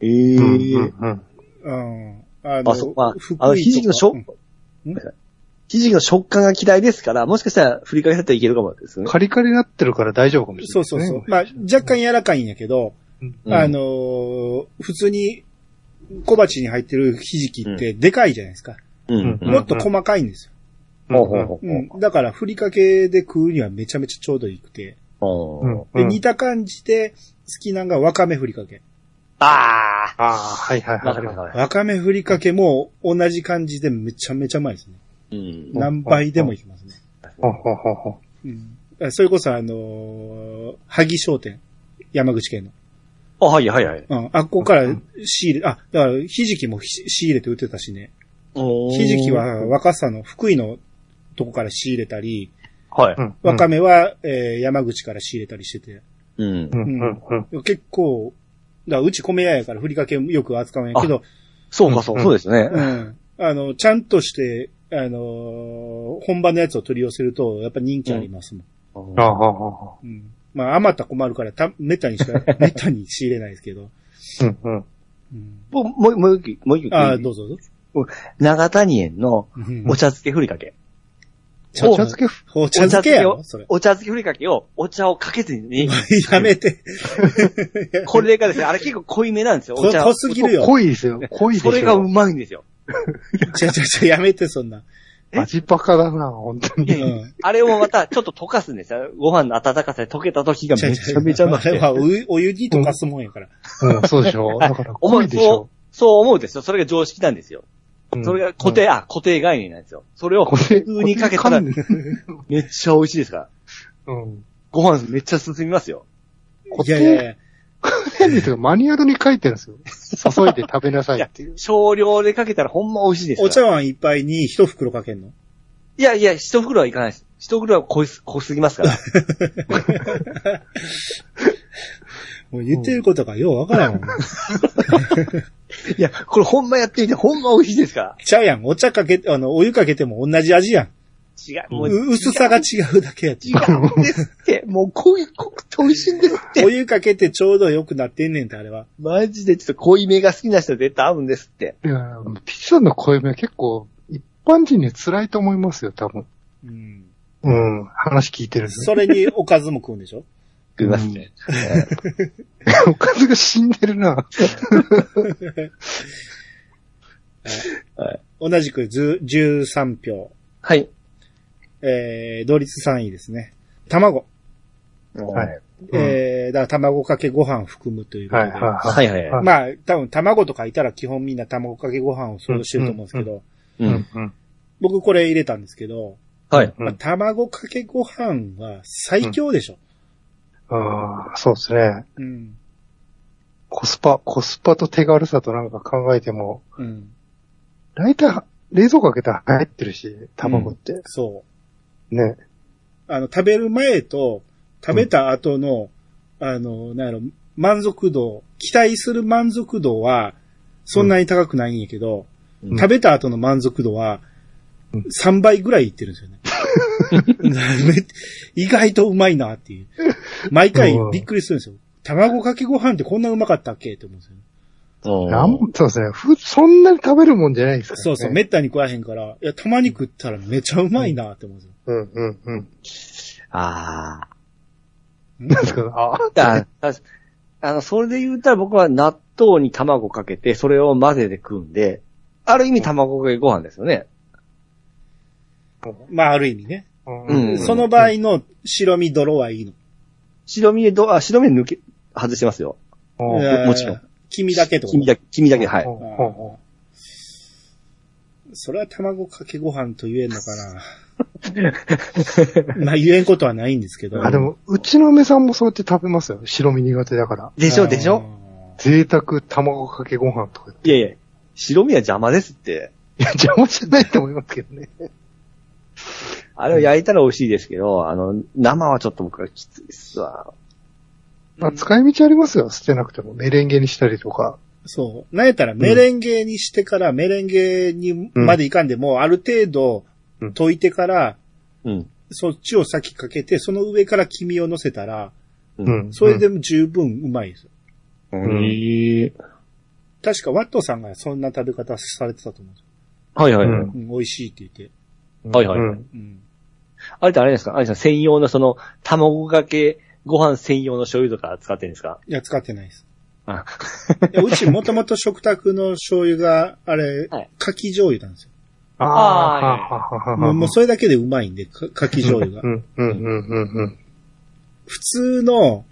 Speaker 3: え
Speaker 2: え
Speaker 3: え。
Speaker 1: うん。あ
Speaker 3: あ、そう、ま
Speaker 1: 福井と
Speaker 3: あ、あの、ひじきのしょ
Speaker 1: うん、
Speaker 3: ひじきの食感が嫌いですから、もしかしたら、ふりかけだったらいけるかもですね。
Speaker 2: カリカリになってるから大丈夫かもし
Speaker 1: そ
Speaker 2: れ
Speaker 1: う
Speaker 2: ないです
Speaker 1: そう
Speaker 2: ね。
Speaker 1: そう。まあ、若干柔らかいんやけど、
Speaker 3: うん
Speaker 1: あのー普通に小鉢に入ってるひじきってでかいじゃないですか。
Speaker 3: うん。
Speaker 2: うん
Speaker 1: もっと細かいんですよ。
Speaker 3: ほうほうほう
Speaker 1: うん。だから、ふりかけで食うにはめちゃめちゃちょうどいくて。
Speaker 3: ほう。
Speaker 2: うん
Speaker 1: で、
Speaker 2: うん
Speaker 1: 似た感じで好きなのがわかめふりかけ。
Speaker 3: あ
Speaker 2: ああ、はいはいは
Speaker 3: あ
Speaker 2: い。
Speaker 3: わかります、わかりま
Speaker 1: わかめふりかけも同じ感じでめちゃめちゃうまいですね。
Speaker 3: す。うん
Speaker 2: ん
Speaker 1: 何倍でもいきますね。
Speaker 2: ほうほうほうほう
Speaker 1: うん。それこそあのー、萩商店。山口県の。
Speaker 3: あ、はいはいはい。
Speaker 1: うん。あっこから仕入れ、あ、だから、ひじきもひ仕入れて売ってたしね。ひ
Speaker 3: ひ
Speaker 1: じきは、若さの福井のとこから仕入れたり、
Speaker 3: はい。
Speaker 2: うん。
Speaker 1: わかめは、えー山口から仕入れたりしてて。
Speaker 3: うん
Speaker 2: う。んうんうん。
Speaker 1: 結構、だからうち米屋やからふりかけよく扱うんやけど、
Speaker 3: そうか、そう、そうですね
Speaker 1: う。ん。あの、ちゃんとして、あのー本場のやつを取り寄せると、やっぱ人気ありますもん。
Speaker 2: ああ、
Speaker 3: あ
Speaker 2: はあ、は
Speaker 1: うん。まあ、余ったら困るから、た、めったにしか、めったに仕入れないですけど。
Speaker 2: あ。うんうん。
Speaker 1: うん。
Speaker 3: 僕もう、もう一個、もう一個。
Speaker 1: ああ、どうぞどうぞ。
Speaker 3: 長谷園の
Speaker 1: うん
Speaker 3: お茶漬けふりかけ。
Speaker 2: お茶漬け、
Speaker 1: お茶漬けやろそれ。
Speaker 3: お茶漬けふりかけを、お茶をかけずに、
Speaker 1: やめて。
Speaker 3: これがですね、あれ結構濃いめなんですよ、
Speaker 1: こ
Speaker 3: お茶。
Speaker 1: 濃すぎるよ。
Speaker 2: 濃いですよ。濃いでしょ。
Speaker 3: それがうまいんですよ。
Speaker 1: ちゃちゃちゃ、やめて、そんな。
Speaker 2: 味バカだな、本当
Speaker 1: う
Speaker 2: に。
Speaker 1: ん。
Speaker 3: あれをまたちょっと溶かすんですよ。ご飯の温かさで溶けた時が
Speaker 1: ちゃ
Speaker 3: め
Speaker 1: ちゃ
Speaker 3: ちゃめちゃうま
Speaker 1: あ
Speaker 3: く
Speaker 1: れ
Speaker 3: て。
Speaker 1: はお湯お湯に溶かすもんやから。
Speaker 2: うん、そうでしょだから、 濃いでしょ
Speaker 3: そう、そう思うですよ。それが常識なんですよ。
Speaker 2: うん
Speaker 3: それが固定、あ、固定概念なんですよ。それを
Speaker 2: 固定
Speaker 3: 普通にかけたら
Speaker 2: 固定観念
Speaker 3: めっちゃ美味しいですから。
Speaker 2: うん。
Speaker 3: ご飯めっちゃ進みますよ。
Speaker 2: 固
Speaker 1: いやいやい
Speaker 2: 定
Speaker 1: や。
Speaker 2: 観念とかマニュアルに書いてるんですよ。注いで食べなさいっていう。
Speaker 3: 少量でかけたらほんま美味しいですから。
Speaker 1: お茶碗いっぱいに一袋かけんの
Speaker 3: いやいや、一袋はいかないです。一袋は濃いす濃すぎます から。
Speaker 1: もう言ってることがようわからんわ。
Speaker 3: いや、これほんまやってみて、ほんま美味しいですから。
Speaker 1: ちゃうやん。お茶かけ、あの、お湯かけても同じ味やん。
Speaker 3: 違う、もう、
Speaker 1: う薄さが違うだけやって
Speaker 3: 違うんです って。もう濃い、濃くて美味しいんですって。
Speaker 1: お湯かけてちょうど良くなってんねんって、あれは。
Speaker 3: マジでちょっと濃いめが好きな人絶対合うんですって。
Speaker 2: いや、ピッさんの声目は結構、一般人には辛いと思いますよ、多分。
Speaker 1: うん。
Speaker 2: うん、話聞いてる
Speaker 1: それにおかずも食うんでしょ
Speaker 3: 食いますね。
Speaker 2: と。おかずが死んでるな。
Speaker 1: 同じくず13票。
Speaker 3: はい。
Speaker 1: えー、同率3位ですね。卵。
Speaker 2: はい。
Speaker 1: えー、だから卵かけご飯を含むということ
Speaker 2: は
Speaker 1: で。
Speaker 2: い、は。
Speaker 3: はいいはいは
Speaker 1: まあ、多分卵とかいたら基本みんな卵かけご飯を想像してると思うんですけど、
Speaker 3: い。う。
Speaker 2: うんん、うん。
Speaker 1: 僕これ入れたんですけど、
Speaker 3: はい。
Speaker 2: うん
Speaker 1: まあ、卵かけご飯は最強でしょ。
Speaker 2: ああ、そうですね。
Speaker 1: うん。
Speaker 2: コスパ、コスパと手軽さとなんか考えても、
Speaker 1: うん。
Speaker 2: 大体、冷蔵庫開けたら入ってるし、卵って。
Speaker 1: そう。
Speaker 2: ね。
Speaker 1: あの、食べる前と、食べた後の、あの、なんやろ、満足度、期待する満足度は、そんなに高くないんやけど、
Speaker 3: うん
Speaker 1: 食べた後の満足度は
Speaker 2: うん、
Speaker 1: 3倍ぐらいいってるんですよね。 め意外とうまいなっていう。毎回びっくりするんですよ。卵かけご飯ってこんなうまかったっけって思うんですよ。
Speaker 2: なんそうですね。ふ、そんなに食べるもんじゃないですからね。
Speaker 1: そうそう、めったに食わへんから、いや、たまに食ったらめちゃうまいなって思うんですよ。
Speaker 2: うん、うん、うん。
Speaker 3: ああ。
Speaker 2: なんですかああ、
Speaker 3: あ確かあの、それで言ったら僕は納豆に卵かけて、それを混ぜて食うんで、ある意味卵かけご飯ですよね。
Speaker 1: まあ、ある意味ね。
Speaker 3: うん
Speaker 1: その場合の白身泥はいいの。
Speaker 3: 白身でど、あ、白身抜け、外してますよ。
Speaker 2: うん
Speaker 1: えー
Speaker 3: もちろん。
Speaker 1: 黄身だけってこと
Speaker 3: 君だけ、君だけ、はい。
Speaker 2: ほうほうほ
Speaker 1: それは卵かけご飯と言えんのか な。まあ言えんことはないんですけ
Speaker 2: う
Speaker 1: ど。
Speaker 2: あ、でも、うちの嫁さんもそうやって食べますよ。白身苦手だから。
Speaker 1: あー、
Speaker 3: でしょ、でしょ
Speaker 2: 贅沢卵かけご飯とかって。
Speaker 3: いやいや、白身は邪魔ですって。
Speaker 2: いや、邪魔じゃないと思いますけどね。
Speaker 3: あれを焼いたら美味しいですけど、あの、生はちょっと僕はきついっすわ。
Speaker 2: まあ、使い道ありますよ。捨てなくても。メレンゲにしたりとか。
Speaker 1: そう。なんやったらメレンゲにしてから、メレンゲにまでいかんでも、ある程度
Speaker 2: うん
Speaker 1: 溶いてから、
Speaker 3: うん。
Speaker 1: そっちを先かけて、その上から黄身を乗せたら、
Speaker 3: う
Speaker 2: うん。
Speaker 1: それでも十分うまいですよ。
Speaker 2: ん
Speaker 3: え
Speaker 1: 確かワットさんがそんな食べ方されてたと思うんですよ
Speaker 3: はいはいうはい
Speaker 2: ん。
Speaker 1: うん、美味しいって言って。
Speaker 3: はいはい
Speaker 2: うん
Speaker 1: うん。
Speaker 3: あれってあれですかあれですか専用のその、卵かけご飯専用の醤油とか使ってるんですか
Speaker 1: いや、使ってないです。
Speaker 3: あ
Speaker 1: いやうちもともと食卓の醤油が、あれ、
Speaker 3: はい
Speaker 1: 牡蠣醤油なんですよ。
Speaker 2: ああ、
Speaker 3: あ
Speaker 2: ははは
Speaker 1: もうもうそれだけでうまいんで、か牡蠣醤油
Speaker 2: う
Speaker 1: が。
Speaker 2: ん、うん、うん、うん、うん。
Speaker 1: 普通の、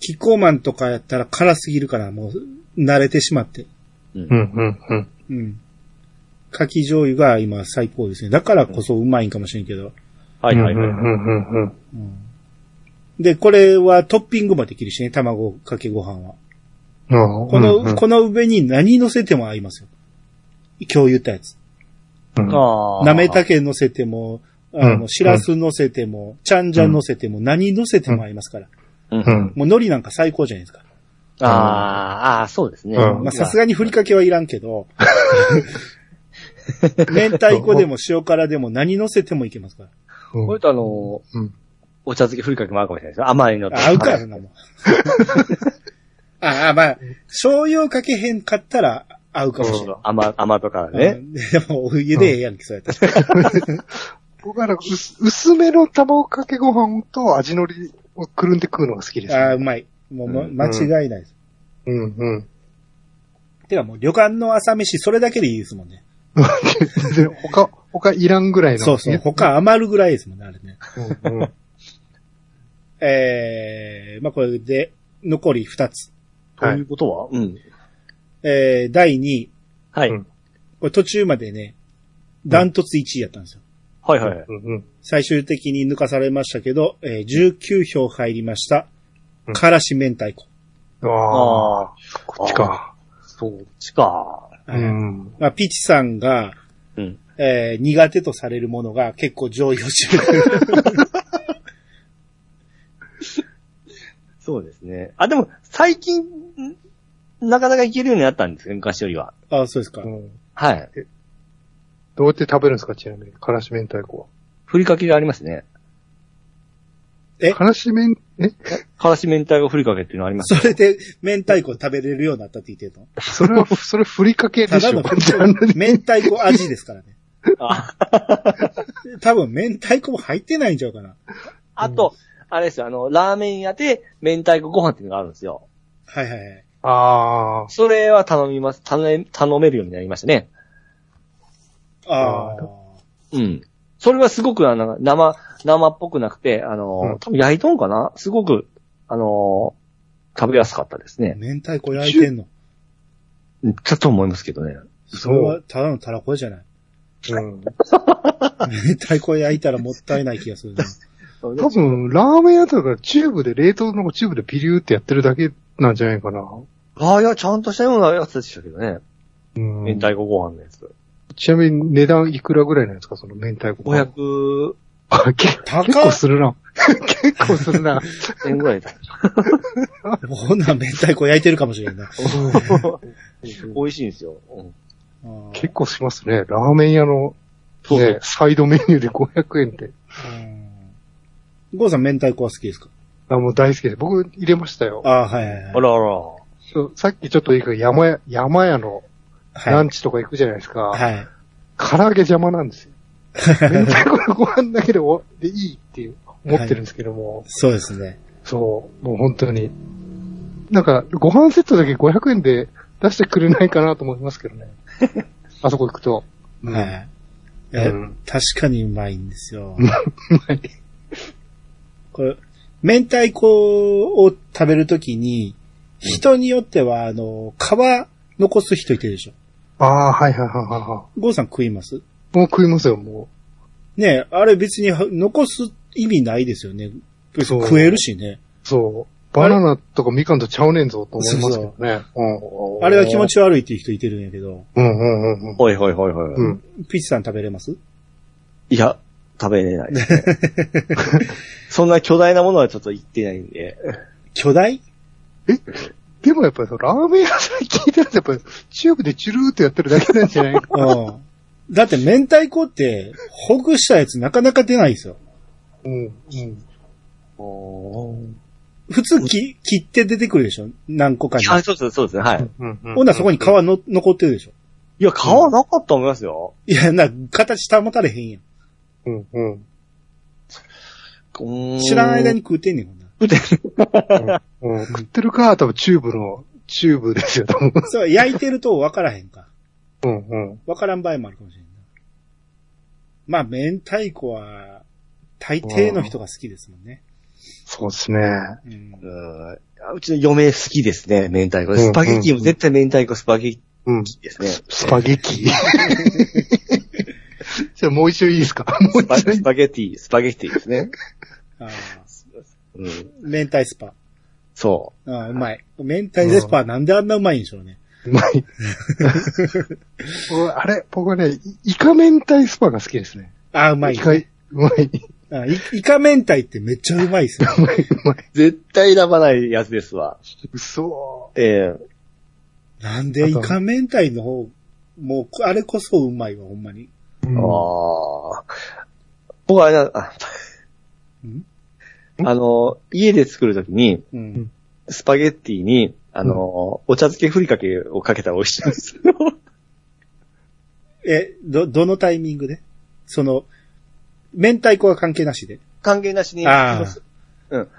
Speaker 1: キッコーマンとかやったら辛すぎるから、もう、慣れてしまって。
Speaker 2: うん、うん、うん。
Speaker 1: うん。牡蠣醤油が今最高ですね。だからこそうまいんかもしれんけど。
Speaker 3: はいはい
Speaker 2: うん、う
Speaker 3: はい。
Speaker 2: ん、うん、うん。
Speaker 1: うんで、これはトッピングもできるしね、卵かけご飯は。こ
Speaker 2: こ
Speaker 1: の、この上に何乗せても合いますよ。今日言ったやつ。
Speaker 2: の、
Speaker 3: あ
Speaker 1: なめたけ乗せても、あ
Speaker 2: う
Speaker 1: の、
Speaker 2: ん
Speaker 1: しらす乗せても、ちゃんじゃん乗せても、何乗せても合いますから。
Speaker 3: うん
Speaker 2: う。ん。
Speaker 1: もう海苔なんか最高じゃないですか。
Speaker 3: ああ、ああ、そうですね。
Speaker 2: うん
Speaker 1: まあさすがにふりかけはいらんけど、明太子でも塩辛でも何乗せてもいけますから。
Speaker 3: これとあの、
Speaker 2: うん
Speaker 3: お茶漬けふりかけもあるかもしれないですよ。甘いのと
Speaker 1: あ合うか、そんなもん。ああ、まあ、醤油をかけへんかったら合うかもしれない。
Speaker 3: 甘、甘とか
Speaker 1: う
Speaker 3: ね。
Speaker 1: んでも、お湯でええやんけ、そうやったら。
Speaker 2: 僕はなんか薄薄めの卵かけご飯と味のりをくるんで食うのが好きです、
Speaker 1: ああ、
Speaker 2: ね。
Speaker 1: うまい。もう、もう
Speaker 3: うん
Speaker 1: 間違いないです。
Speaker 2: うんうん。
Speaker 1: てかもう、旅館の朝飯、それだけでいいですもんね。
Speaker 2: 全然他、他いらんぐらいの。
Speaker 1: そうそう。他余るぐらいですもんね、あれね。
Speaker 2: うんうん
Speaker 1: えー、まあこれで、残り2つ。
Speaker 3: と
Speaker 2: は
Speaker 3: い
Speaker 2: い
Speaker 3: うことは、うん。
Speaker 1: えー、第2位。
Speaker 3: はい。
Speaker 2: うん
Speaker 1: これ途中までね、ダントツ1位やったんですよ。
Speaker 3: はいはいはい。
Speaker 2: うんうん
Speaker 1: 最終的に抜かされましたけど、えー、19票入りました
Speaker 2: う。ん
Speaker 1: からし明太子。
Speaker 2: ああ、
Speaker 3: ああ、
Speaker 2: こっちか。
Speaker 3: そっちか。
Speaker 2: う
Speaker 1: はい
Speaker 2: ん。
Speaker 1: まあ、ピチさんが、
Speaker 3: うん。
Speaker 1: えー苦手とされるものが結構上位を占めて る。
Speaker 3: そうですね。あ、でも、最近、んなかなかいけるようになったんですよ、昔よりは。
Speaker 1: あ、そうですか
Speaker 2: う。ん
Speaker 3: はい。
Speaker 2: どうやって食べるんですか、ちなみに。からし明太子
Speaker 3: ふりかけがありますね。
Speaker 1: え
Speaker 2: は。からし麺、え
Speaker 3: からし明太子ふりかけっていうのあり ます。
Speaker 1: それで、明太子食べれるようになったって言ってるの
Speaker 2: それは、それふりかけ
Speaker 1: た
Speaker 2: で
Speaker 1: だ
Speaker 2: し
Speaker 1: の
Speaker 2: ょ。
Speaker 1: 明太子味ですからね。
Speaker 3: あ
Speaker 1: 多分、明太子も入ってないんちゃうかな。
Speaker 3: あと、あれですよ、あの、ラーメン屋で明太子ご飯っていうのがあるんですよ。
Speaker 1: はいはいはい。
Speaker 2: ああ。
Speaker 3: それは頼みます、頼め、頼めるようになりましたね。
Speaker 1: ああ
Speaker 2: あ。
Speaker 3: うん。それはすごく、あの、生、生っぽくなくて、あの、
Speaker 2: うん
Speaker 3: 多分焼いとんかなすごく、あの、食べやすかったですね。
Speaker 1: 明太子焼いてんの。
Speaker 3: うんちょっと思いますけどね。
Speaker 1: それは、ただのたらこじゃない。
Speaker 2: うん。
Speaker 1: 明太子焼いたらもったいない気がするな。
Speaker 2: 多分、ラーメン屋とかチューブで、冷凍のチューブでピリューってやってるだけなんじゃないかな。
Speaker 3: ああ、いや、ちゃんとしたようなやつでしたけどね。
Speaker 2: うん
Speaker 3: 明太子ご飯のやつ。
Speaker 2: ちなみに値段いくらぐらいなんですか、その明太子。
Speaker 3: 500
Speaker 2: あけ 結
Speaker 1: 高っ
Speaker 2: 構するな。結構するな。
Speaker 3: 円ぐらいだ。
Speaker 1: ほんなら明太子焼いてるかもしれん ない。
Speaker 3: 美味しいんですよ。うん
Speaker 1: あー
Speaker 2: 結構しますね。ラーメン屋の、
Speaker 3: そうそう
Speaker 2: ね、サイドメニューで500円って。
Speaker 1: うんゴーさん明太子は好きですか
Speaker 2: あ、もう大好きです。僕入れましたよ。
Speaker 1: ああ、はいはいはい
Speaker 3: あ。らあら。
Speaker 2: そうさっきちょっといいか山屋、山屋の
Speaker 1: はい
Speaker 2: ランチとか行くじゃないですか。
Speaker 1: はい。
Speaker 2: 唐揚げ邪魔なんですよ。明太子のご飯だけでおでいいっていう思ってるんですけども。
Speaker 1: そうですね。
Speaker 2: そう、もう本当に。なんか、ご飯セットだけ500円で出してくれないかなと思いますけど ね。あそこ行くと。うん
Speaker 1: はい。え
Speaker 2: うん
Speaker 1: 確かにうまいんです よ。
Speaker 2: はい。
Speaker 1: これ、明太子を食べるときに、人によっては、あの、皮残す人いてるでしょ。
Speaker 2: ああ、はいはいはいはいは
Speaker 1: ゴーさん食います
Speaker 2: い。もう食いますよ、も
Speaker 1: ねえ、あれ別には残す意味ないですよね。別に
Speaker 2: そう
Speaker 1: 食えるしね。
Speaker 2: う。そう。バナナとかみかんとちゃうねんぞと思いますけどね。うん
Speaker 1: あれが気持ち悪いっていう人いてるんやけど、
Speaker 2: うんうんうんうん。
Speaker 3: ほいほいほいほい。
Speaker 2: うん。
Speaker 1: ピッチさん食べれます
Speaker 3: いや、食べ れないですね。そんな巨大なものはちょっと言ってないんで。
Speaker 1: 巨大
Speaker 2: でもやっぱりそのラーメン屋さん聞いてるとやっぱりチューブでチュルーってやってるだけなんじゃ ない
Speaker 1: うん。だって明太子って、ほぐしたやつなかなか出ないですよ。
Speaker 2: うんうん。
Speaker 1: 普通き切って出てくるでしょ何個かに。
Speaker 3: あそうです、そうですね、はい。
Speaker 2: うんうん
Speaker 1: ほんならそこに皮の残ってるでしょ
Speaker 3: いや、皮なかったと思いますよ。
Speaker 1: いや、な、形保たれへんやん。
Speaker 2: うんうん。
Speaker 1: 知らん間
Speaker 3: に。
Speaker 1: に食うてんねん、ほんなら
Speaker 2: うん食ってるか、多分チューブの、チューブですよ、多分。
Speaker 1: そう、焼いてると分からへんか。
Speaker 2: うんうん。
Speaker 1: 分からん場合もあるかもしれんな。まあ、明太子は、大抵の人が好きですもんね。
Speaker 2: そうですね。
Speaker 1: うん
Speaker 3: うんうちの嫁好きですね、明太子。スパゲッティも絶対明太子スパゲッテ
Speaker 2: うん。
Speaker 3: ィですね。
Speaker 2: スパゲキ。じゃあもう一周いいですかもう
Speaker 3: スパ
Speaker 2: 一周
Speaker 3: ス。パゲッティ、スパゲッティですね。
Speaker 1: あー
Speaker 3: うん。
Speaker 1: 明太スパ。
Speaker 3: そ
Speaker 1: あーうまい。明太スパはなんであんなうまいんでしょうね。
Speaker 2: うまい。僕あれ、僕はね、イイカ明太スパが好きですね。
Speaker 1: ああ、うまい
Speaker 2: イ。カ、うまい。
Speaker 1: あーいイカ明太ってめっちゃうまい ですよ。
Speaker 2: うまい、うまい。
Speaker 3: う。絶対選ばないやつですわ。
Speaker 2: 嘘。
Speaker 3: ええ
Speaker 1: なんでイカ明太の方、もう、あれこそうまいわ、ほんまに。
Speaker 2: うん
Speaker 3: ああ。僕はあれだ、あ
Speaker 1: ん
Speaker 3: あの、家で作るときに、
Speaker 1: うん。
Speaker 3: スパゲッティに、あの、お茶漬けふりかけをかけたら美味しいんです よ。
Speaker 1: え、ど、どのタイミングでその、明太子は関係なしで。
Speaker 3: 関係なしに。
Speaker 1: ああ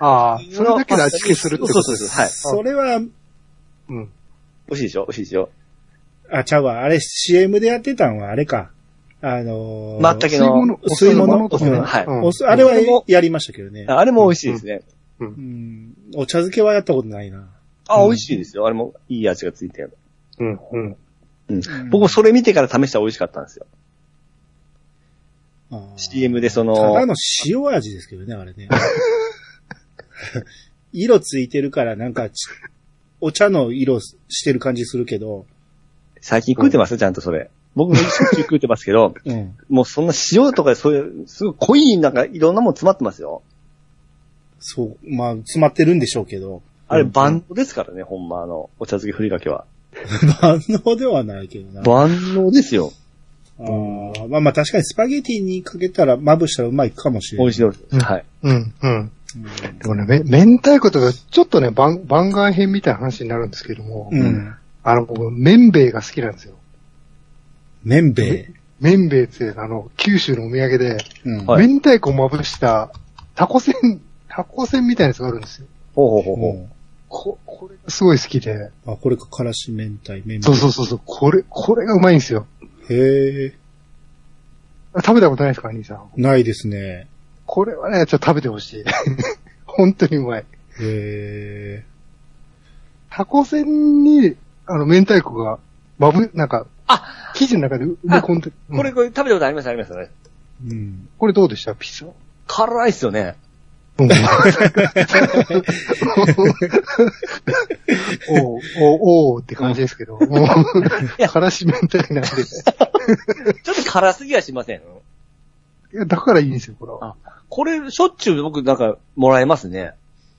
Speaker 2: あーそれだけで味付けするってこと
Speaker 3: そうそうそう。はい。
Speaker 1: それは、
Speaker 2: うん。
Speaker 3: 美味しいでしょ美味しいでしょ
Speaker 1: あ、ちゃうわ。あれ、CM でやってたんは、あれか。あのー、
Speaker 3: まったけの。
Speaker 1: 吸い物
Speaker 2: とかね。
Speaker 1: うん
Speaker 3: はい
Speaker 2: うん
Speaker 1: お酢あれは
Speaker 3: それも
Speaker 1: やりましたけどね。
Speaker 3: あれも美味しいですね。
Speaker 1: うん。お茶漬けはやったことないな。
Speaker 3: あ、美味しいですよ。あれもいい味がついてる。
Speaker 2: うん、うん。
Speaker 3: うん
Speaker 1: ん
Speaker 3: 僕もそれ見てから試したら美味しかったんですよ。
Speaker 1: あー
Speaker 3: CM でそ
Speaker 1: ただ
Speaker 3: の、
Speaker 1: の塩味ですけどね、あれね。 色ついてるから、なんかち、お茶の色してる感じするけど、
Speaker 3: 最近食ってますちゃんとそれ。僕も一緒に食ってますけど、
Speaker 1: うん。
Speaker 3: もうそんな塩とかそういう、すごい濃いなんかいろんなもん詰まってますよ。
Speaker 1: そう、まあ、詰まってるんでしょうけど、
Speaker 3: あれ
Speaker 2: うん
Speaker 3: 万能ですからね、ほんまあの、お茶漬けふりかけは。
Speaker 1: 万能ではないけどな。
Speaker 3: 万能ですよ。
Speaker 1: あーまあまあ確かにスパゲティにかけたら、まぶしたらうまいかもしれ
Speaker 3: 美
Speaker 1: な
Speaker 3: 味
Speaker 1: い。
Speaker 3: しいです。はい。
Speaker 2: うん、うん。
Speaker 1: うん
Speaker 2: でもね、め明太子とか、ちょっとね、番番外編みたいな話になるんですけども、
Speaker 1: うん。
Speaker 2: あの、僕、麺兵衛が好きなんですよ。
Speaker 1: 麺べい。
Speaker 2: 麺兵衛って、あの、九州のお土産で、
Speaker 1: うん。
Speaker 3: はい
Speaker 2: 明太子をまぶしたタコせん、タコせんみたいなやつがあるんですよ。
Speaker 3: ほうほうほうほう。
Speaker 1: も
Speaker 2: こ、これがすごい好きで、
Speaker 1: うあ、これか、からし明太、麺べ。
Speaker 2: そうそううそうそう、これ、これがうまいんですよ。
Speaker 1: へえ、
Speaker 2: 食べたことないですか、兄さん。
Speaker 1: ないですね。
Speaker 2: これはね、ちょっと食べてほしい。 本当にうまい。
Speaker 1: へえ、
Speaker 2: タコせんに、あの、明太子が、まぶ、なんか、
Speaker 3: あ
Speaker 2: 生地の中で埋め込んで、うん
Speaker 3: これ、これ食べたことありますありますよね。
Speaker 1: うん。
Speaker 2: これどうでしたピザ。
Speaker 3: 辛いっすよ ね。
Speaker 2: うんおうおうおうって感じですけど、もう、からし明太なんで。
Speaker 3: ちょっと辛すぎはしません。
Speaker 2: いや、だからいいんですよ、これは。
Speaker 3: あこれ、しょっちゅう僕なんかもらえますね。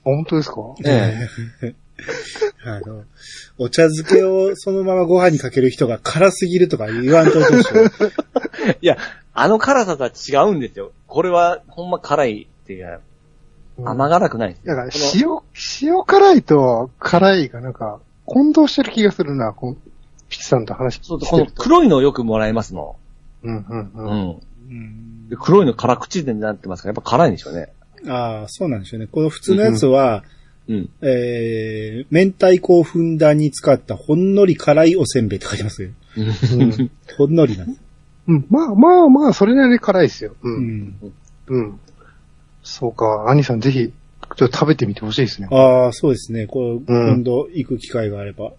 Speaker 2: 本当ですか
Speaker 3: え
Speaker 1: あの、お茶漬けをそのままご飯にかける人が辛すぎるとか言わんといてほしい。
Speaker 3: え。いや、あの辛さとは違うんですよ。これは、ほんま辛いっていうか、甘辛くない。
Speaker 2: だから、塩、塩辛いと辛いがなんか、混同してる気がするな、このピチさんと話
Speaker 3: そう
Speaker 2: して
Speaker 3: この
Speaker 2: る と。
Speaker 3: 黒いのをよくもらえますも
Speaker 2: うんうん
Speaker 3: ん。
Speaker 2: うん。
Speaker 3: ん。
Speaker 1: うん
Speaker 3: で黒いの辛口でなってますから、やっぱ辛いんでしょうね。
Speaker 1: ああ、そうなんですよね。この普通のやつは、
Speaker 3: うん。
Speaker 1: えー、明太子をふんだんに使ったほんのり辛いおせんべいって書いてますよ。
Speaker 2: ん
Speaker 1: ほんのりなんです。
Speaker 2: うん、まあまあまあ、それなりに辛いですよ。う。
Speaker 1: うんん。
Speaker 2: うん。そうか、兄さんぜひ、ちょっと食べてみてほしいですね。
Speaker 1: ああ、そうですね。こう、
Speaker 2: うん
Speaker 1: 今度行く機会があれば。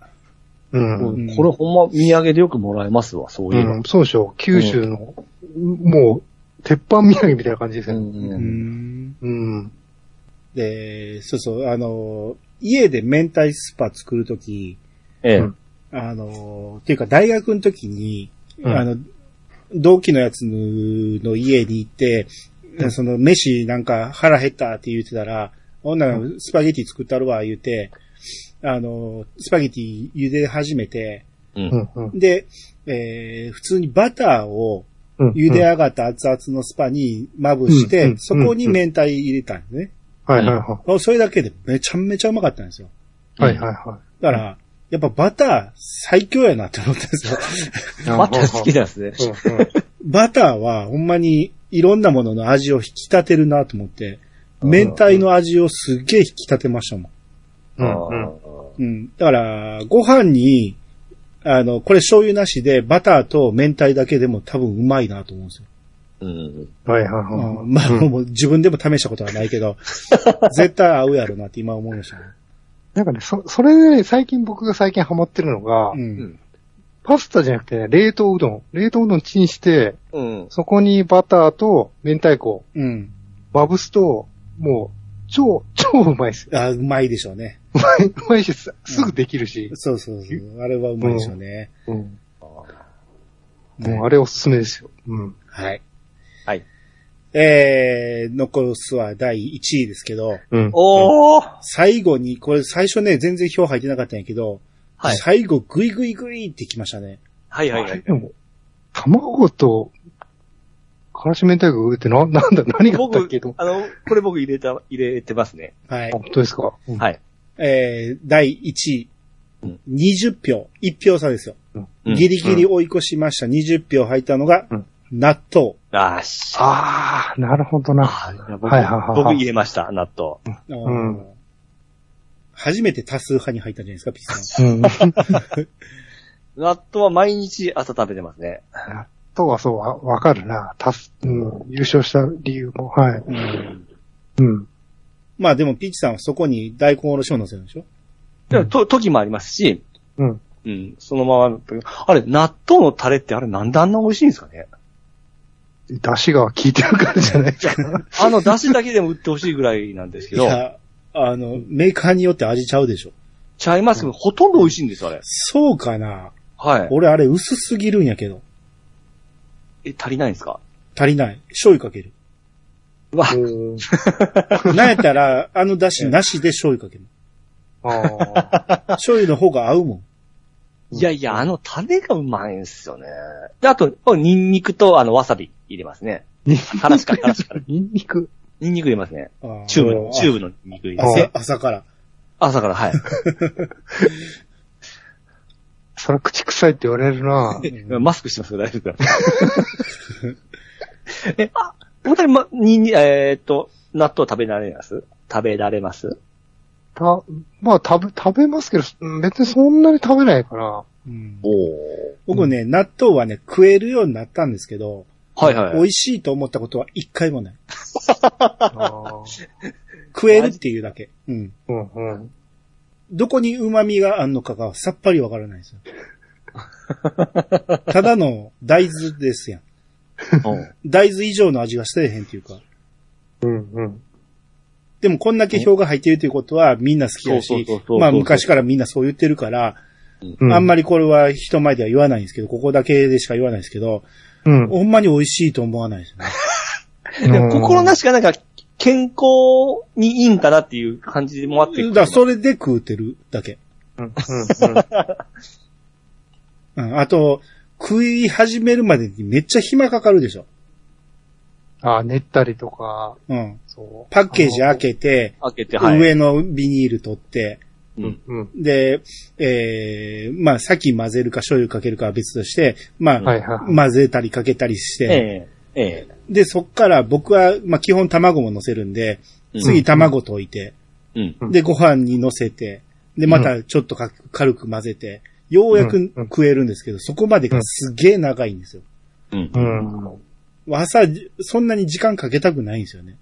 Speaker 2: うん。
Speaker 1: ん
Speaker 3: これほんま土産でよくもらえますわ、そういううの。
Speaker 2: ん、そうでしょう。九州の、もう、鉄板土産みたいな感じです
Speaker 3: う
Speaker 2: よね。
Speaker 3: ん
Speaker 1: う
Speaker 3: うん
Speaker 1: ん。
Speaker 2: うん。
Speaker 1: で、そうそう、あの、家で明太スパ作るとき、
Speaker 3: ええ
Speaker 2: うん
Speaker 1: あの、っていうか大学の時に、
Speaker 2: うん
Speaker 1: あの、同期のやつの家に行って、その飯なんか腹減ったって言ってたら、女がスパゲティ作ったるわ言うて、あの、スパゲティ茹で始めて、
Speaker 2: う
Speaker 3: うん
Speaker 2: ん。うん。
Speaker 1: で、えー普通にバターを
Speaker 2: うん。
Speaker 1: 茹で上がった熱々のスパにまぶし
Speaker 2: うん
Speaker 1: て
Speaker 2: う、ん
Speaker 1: そこに明太入れたんですね。
Speaker 2: はいはいは
Speaker 1: それだけでめちゃめちゃうまかったんですよ。
Speaker 2: い。はいはいは
Speaker 1: だから、やっぱバター最強やなって思ったんですよ。
Speaker 2: い。
Speaker 3: また好きなんですね。
Speaker 2: うんうん
Speaker 1: バターはほんまにいろんなものの味を引き立てるなと思って、明太の味をすっげえ引き立てましたもん。
Speaker 2: うんう
Speaker 3: あ
Speaker 2: ん。
Speaker 3: ー
Speaker 1: うん。だから、ご飯に、あの、これ醤油なしでバターと明太だけでも多分うまいなと思うんですよ。
Speaker 3: うん。
Speaker 2: はいはい
Speaker 1: うん
Speaker 2: はい。
Speaker 1: まあ、
Speaker 2: うん
Speaker 1: もう自分でも試したことはないけ ど、絶対合うやろなって今思いましたね。
Speaker 2: なんかね、そ、それでね、最近僕が最近ハマってるのが
Speaker 1: う、ん。
Speaker 2: パスタじゃなくてね、冷凍うどん。冷凍うどんチンして、
Speaker 3: うん。
Speaker 2: そこにバターと明太子、
Speaker 1: うん。
Speaker 2: まぶすと、もう、超、超うまいですよ。
Speaker 1: あ、うまいでしょうね。
Speaker 2: うまい、うまいし、すすぐできるし。
Speaker 1: そうそうそう。あれはうまいでしょうね。
Speaker 2: うん。
Speaker 1: ね
Speaker 2: もうあれおすすめですよ。うん。
Speaker 1: はい。
Speaker 3: はい。
Speaker 1: えー、残すは第1位ですけど、
Speaker 2: うん。
Speaker 3: おー
Speaker 1: 最後に、これ最初ね、全然票入ってなかったんやけど、
Speaker 3: はい。
Speaker 1: 最後グイグイグイってきましたね。
Speaker 3: はいはい
Speaker 2: あ
Speaker 3: は
Speaker 2: れ
Speaker 3: い
Speaker 2: で。も、卵と、からし明太子ってな、 なんだ、何があったっけと
Speaker 3: 僕、あの、これ僕入れた、入れてますね。
Speaker 1: はい。
Speaker 2: 本当ですか、うん
Speaker 3: はい。
Speaker 1: えー、第1位
Speaker 3: うん。
Speaker 1: 20票。1票差ですよ。
Speaker 3: うん
Speaker 1: ギリギリ追い越しました。20票入ったのが
Speaker 2: うん、
Speaker 1: 納豆。
Speaker 3: あーし。
Speaker 2: ああ、なるほどな。
Speaker 3: あーいや
Speaker 2: はいはいはい
Speaker 3: 僕、僕入れました、納豆。
Speaker 2: ん
Speaker 1: あー初めて多数派に入ったんじゃないですか、ピッさん。
Speaker 2: うん。
Speaker 3: 納豆は毎日朝食べてますね。
Speaker 2: 納豆は そう、わわかるな。たす、うん、優勝した理由も、はい。
Speaker 1: うん。
Speaker 2: うん。
Speaker 1: まあでも、ピーチさんはそこに大根おろしを乗せるんでしょ
Speaker 3: でもと、時もありますし、
Speaker 2: うん。
Speaker 3: うん、そのまま、あれ、納豆のタレってあれなんであんな美味しいんですかね
Speaker 2: 出汁が効いてるからじゃないですか。
Speaker 3: あの出汁だけでも売ってほしいぐらいなんです け
Speaker 1: い
Speaker 3: ど、
Speaker 1: や、あの、メーカーによって味ちゃうでしょ。
Speaker 3: ちゃいますけど、ほとんど美味しいんですよ、あれ。
Speaker 1: そうかな
Speaker 3: はい。
Speaker 1: 俺あれ薄すぎるんやけど。
Speaker 3: え、足りないんですか
Speaker 1: 足りない。醤油かける。
Speaker 3: うわ、
Speaker 2: うん。
Speaker 1: なんやったら、あの出汁なしで醤油かける。
Speaker 2: ああ。
Speaker 1: 醤油の方が合 うもん。
Speaker 3: いやいや、あのタレがうまいんですよね。で、あと、ニンニクと、あの、わさび入れますね。
Speaker 2: ニン
Speaker 3: からしか、からしか。
Speaker 2: ニンニク。
Speaker 3: ニンニク入れますね。
Speaker 1: あ
Speaker 3: チューブの、チューブのニンニク入れます。
Speaker 1: 朝朝から。
Speaker 3: 朝から、はい。
Speaker 2: それは口臭いって言われるな
Speaker 3: マスクしてますけど大丈夫ですか え、あ、本当に、ま、に、にえーっと、納豆食べられます食べられます
Speaker 2: た、まあ食べ、食べますけど、うん別にそんなに食べないから。
Speaker 1: うん
Speaker 3: お
Speaker 1: 僕ね、納豆はね、食えるようになったんですけど、
Speaker 3: はいはい
Speaker 1: 美
Speaker 3: はい。
Speaker 1: 味しいと思ったことは一回もない。
Speaker 2: あー
Speaker 1: 食えるっていうだけ。うん。
Speaker 2: うんうん。
Speaker 1: どこに旨味があんのかがさっぱりわからない ですよ。ただの大豆ですやん。
Speaker 3: うん
Speaker 1: 大豆以上の味がしてへんっていうか。
Speaker 2: うんうん。
Speaker 1: でもこんだけ票が入ってるということはみんな好きだし
Speaker 3: そうそうそうそうそう、
Speaker 1: まあ昔からみんなそう言ってるから、あんま
Speaker 2: り。
Speaker 1: りこれは人前では言わないんですけど、ここだけでしか言わないんですけど、
Speaker 2: うん。
Speaker 1: ほんまに美味しいと思わないですよね。
Speaker 3: でも心なしかなんか、健康にいいんかなっていう感じもあって。
Speaker 1: だからそれで食うてるだけ。
Speaker 2: うんうんうん
Speaker 1: うん。あと、食い始めるまでにめっちゃ暇かかるでしょ。
Speaker 2: あー、練ったりとか、
Speaker 1: うん。
Speaker 2: そう。
Speaker 1: パッケージ開けて、
Speaker 3: 開けて、はい。
Speaker 1: 上のビニール取って、
Speaker 3: うん。
Speaker 2: うん。
Speaker 1: で、えー、まあ、先混ぜるか醤油かけるかは別として、まあ、
Speaker 2: はいはい。
Speaker 1: 混ぜたりかけたりして、
Speaker 3: ええ、ええ。
Speaker 1: で、そっから僕は、まあ、基本卵も乗せるんで、
Speaker 3: うん
Speaker 1: 次卵溶いて、
Speaker 3: うん。
Speaker 2: うん
Speaker 1: で、ご飯に乗せて、で、またちょっとか軽く混ぜて、ようや
Speaker 2: うん
Speaker 1: く
Speaker 2: うん
Speaker 1: 食えるんですけど、そこまでがすげえ長いんですよ。
Speaker 3: うん
Speaker 2: う。ん。うん
Speaker 1: 朝、そんなに時間かけたくないんですよね。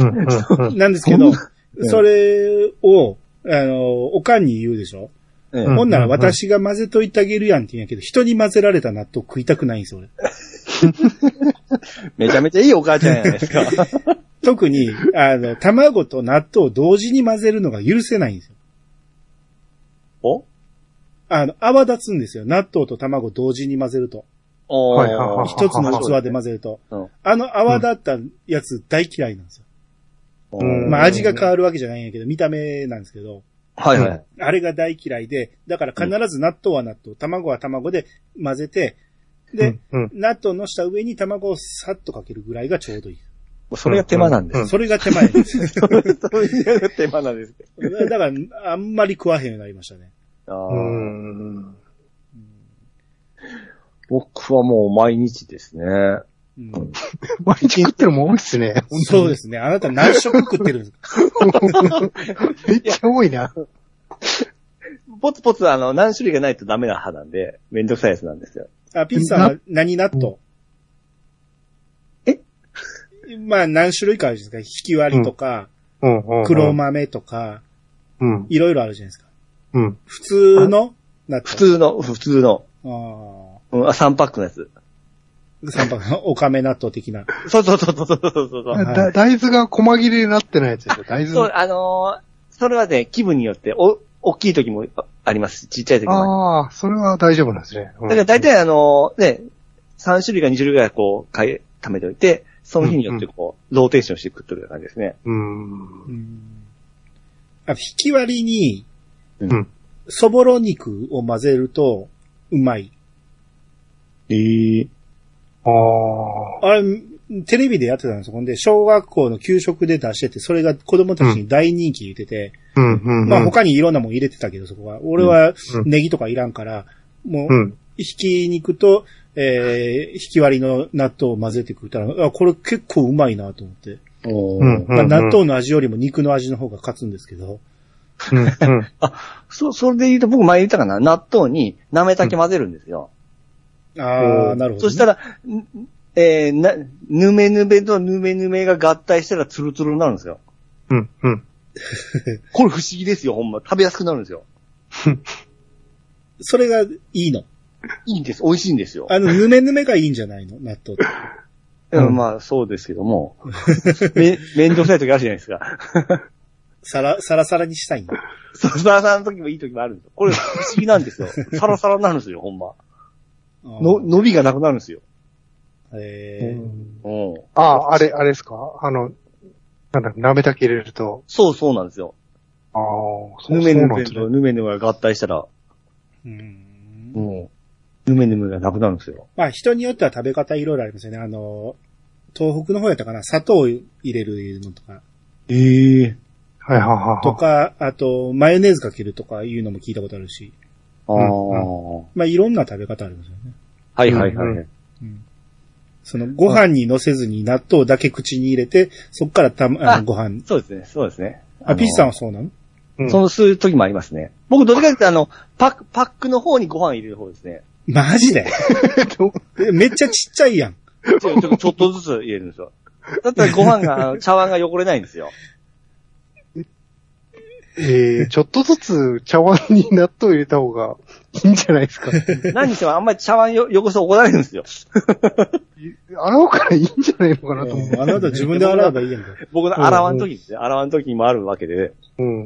Speaker 2: うんうん
Speaker 1: なんですけど
Speaker 3: そん、うん
Speaker 1: それを、あの、おかんに言うでしょ、
Speaker 3: ええ
Speaker 2: う ん
Speaker 1: ほんなら私が混ぜといてあげるやんって言うんやけど、人に混ぜられた納豆食いたくないんですよ、俺。
Speaker 3: めちゃめちゃいいお母ちゃんやないですか。
Speaker 1: 特に、あの、卵と納豆を同時に混ぜるのが許せないんですよ。
Speaker 3: お
Speaker 1: あの、泡立つんですよ。納豆と卵同時に混ぜると。
Speaker 3: お
Speaker 2: はいはいはい
Speaker 1: 一つの器で混ぜると
Speaker 3: うん。
Speaker 1: あの泡立ったやつ大嫌いなんですよ。
Speaker 2: うん
Speaker 1: まあ味が変わるわけじゃないんやけど、見た目なんですけど、
Speaker 3: はいはい。
Speaker 1: あれが大嫌いで、だから必ず納豆は納豆、卵は卵で混ぜて、で、
Speaker 2: うん。
Speaker 1: 納豆のした上に卵をさっとかけるぐらいがちょうどいい。
Speaker 3: それが手間なんです。
Speaker 2: うん
Speaker 1: それが手前です。
Speaker 3: それが手間なんです。
Speaker 1: だから、あんまり食わへんようになりましたね。
Speaker 3: あ
Speaker 2: う
Speaker 3: ー
Speaker 2: ん。
Speaker 3: 僕はもう毎日ですね。
Speaker 1: うん
Speaker 3: うん
Speaker 2: 毎日食ってるもん多いっす ね。
Speaker 1: そうですね。あなた何食食ってるんですか
Speaker 2: めっちゃ多いな。
Speaker 3: ポツポツあの、何種類がないとダメな派なんで、めんどくさいやつなんですよ。
Speaker 1: あ、ピッツさんは何納豆
Speaker 3: え
Speaker 1: まあ何種類かあるじゃないですか。ひき割りとか、
Speaker 2: うんうんうん
Speaker 1: 黒。豆とか、
Speaker 2: うん。
Speaker 1: いろいろあるじゃないですか。
Speaker 2: うん。
Speaker 1: 普通の納豆。
Speaker 3: 普。通の、普通の、
Speaker 1: ああ。
Speaker 3: うん、あ3パックのやつ。
Speaker 1: 三白のおかめ納豆的な。
Speaker 3: そうそうそうそうそうそうそうそう。
Speaker 2: だ大豆が細切れになってないやつでしょ。大
Speaker 3: そう
Speaker 2: 豆。
Speaker 3: あのーそれはね、気分によって、お、大きい時もありますし、ちっちゃい時もありま
Speaker 2: ああ、それは大丈夫なんですね。うん
Speaker 3: す。だから大体あのーね、3種類か2種類ぐらいこう、買い、貯めておいて、その日によってこう、ローテーションして食っとるような感じですね。
Speaker 2: うん。
Speaker 1: うん。あ、ひき割りに、
Speaker 2: うん。
Speaker 1: そぼろ肉を混ぜると、うまい。
Speaker 3: ええ。
Speaker 2: あ
Speaker 1: あれ、テレビでやってたんですよ。ほんで、小学校の給食で出してて、それが子供たちに大人気言ってて、
Speaker 2: あ。うんうん。
Speaker 1: まあ他にいろんなもん入れてたけど、そこは。俺は
Speaker 2: うん
Speaker 1: ネギとかいらんから、も
Speaker 2: う
Speaker 1: う、
Speaker 2: ん。
Speaker 1: ひき肉と、えー、ひき割りの納豆を混ぜて食ったら、あ、これ結構うまいなと思って。
Speaker 3: お
Speaker 2: うん
Speaker 1: まあ
Speaker 2: うん
Speaker 1: 納豆の味よりも肉の味の方が勝つんですけど、
Speaker 2: うん、うん。
Speaker 3: そ、それで言うと僕前言ったかな、納豆になめたけ混ぜるんですよ。
Speaker 1: ああ、なるほど、
Speaker 3: そした、ら、んえー、な、ぬめぬめとぬめぬめが合体したらツルツルになるんですよ。
Speaker 2: うん、うん。
Speaker 3: これ不思議ですよ、ほんま。食べやすくなるんですよ。
Speaker 1: それがいいの。
Speaker 3: いいんです、美味しいんですよ。
Speaker 1: あ の、ぬめぬめがいいんじゃないの納豆って。
Speaker 3: うん
Speaker 2: うん
Speaker 3: まあ、そうですけども。 め、めんどくさい時あるじゃないですか。
Speaker 1: さら、さらさらにしたいんだ。
Speaker 3: そうサラサラの時もいい時もあるんですよ。これ不思議なんです よ。サラサラになるんですよ、ほんま。
Speaker 1: の、
Speaker 3: の、伸びがなくなるんですよ。
Speaker 1: えー、
Speaker 3: うん。
Speaker 2: ああ、あれ、あれですかあの、なんだ、なめたけ入れると。
Speaker 3: そうそうなんですよ。
Speaker 2: ああ、そう
Speaker 3: ぬ
Speaker 2: そ
Speaker 3: め
Speaker 2: う
Speaker 3: ぬ
Speaker 2: なん
Speaker 3: め
Speaker 2: ですね
Speaker 3: とぬめぬめが合体したら、
Speaker 1: うーん
Speaker 3: うん。ぬめぬめがなくなるんですよ。
Speaker 1: まあ人によっては食べ方いろいろありますよね。あの、東北の方やったかな砂糖を入れるのとか、
Speaker 3: ええ
Speaker 2: はいはいはいはい。
Speaker 1: とか、あと、マヨネーズかけるとかいうのも聞いたことあるし、
Speaker 3: ああ、
Speaker 1: まあいろんな食べ方ありますよね。
Speaker 3: はいはいはい。
Speaker 2: うんう
Speaker 1: うんその、ご飯に乗せずに納豆だけ口に入れて、そっからたま、あ
Speaker 3: あ
Speaker 1: の、ご飯。
Speaker 3: そうですね、そうですね。
Speaker 1: あ、ピッチさん
Speaker 3: ん
Speaker 1: はそうなの
Speaker 2: うん
Speaker 3: その、そういう時もありますね。僕、どっちかというと、あの、パック、パックの方にご飯入れる方ですね。
Speaker 1: マジ でえめっちゃちっちゃいやん。
Speaker 3: ちょちょちょっとずつ入れるんですよ。だったらご飯が、あの茶碗が汚れないんですよ。
Speaker 2: えー、ちょっとずつ茶碗に納豆入れた方がいいんじゃない ですか。
Speaker 3: 何にしてもあんまり茶碗よ汚すと怒られるんですよ。
Speaker 2: 洗うからいいんじゃないのかなと思う。
Speaker 1: うんあなた自分で洗えばいいやん か。
Speaker 3: 僕の洗わん時ですね。洗わん時にもあるわけで、
Speaker 2: うん。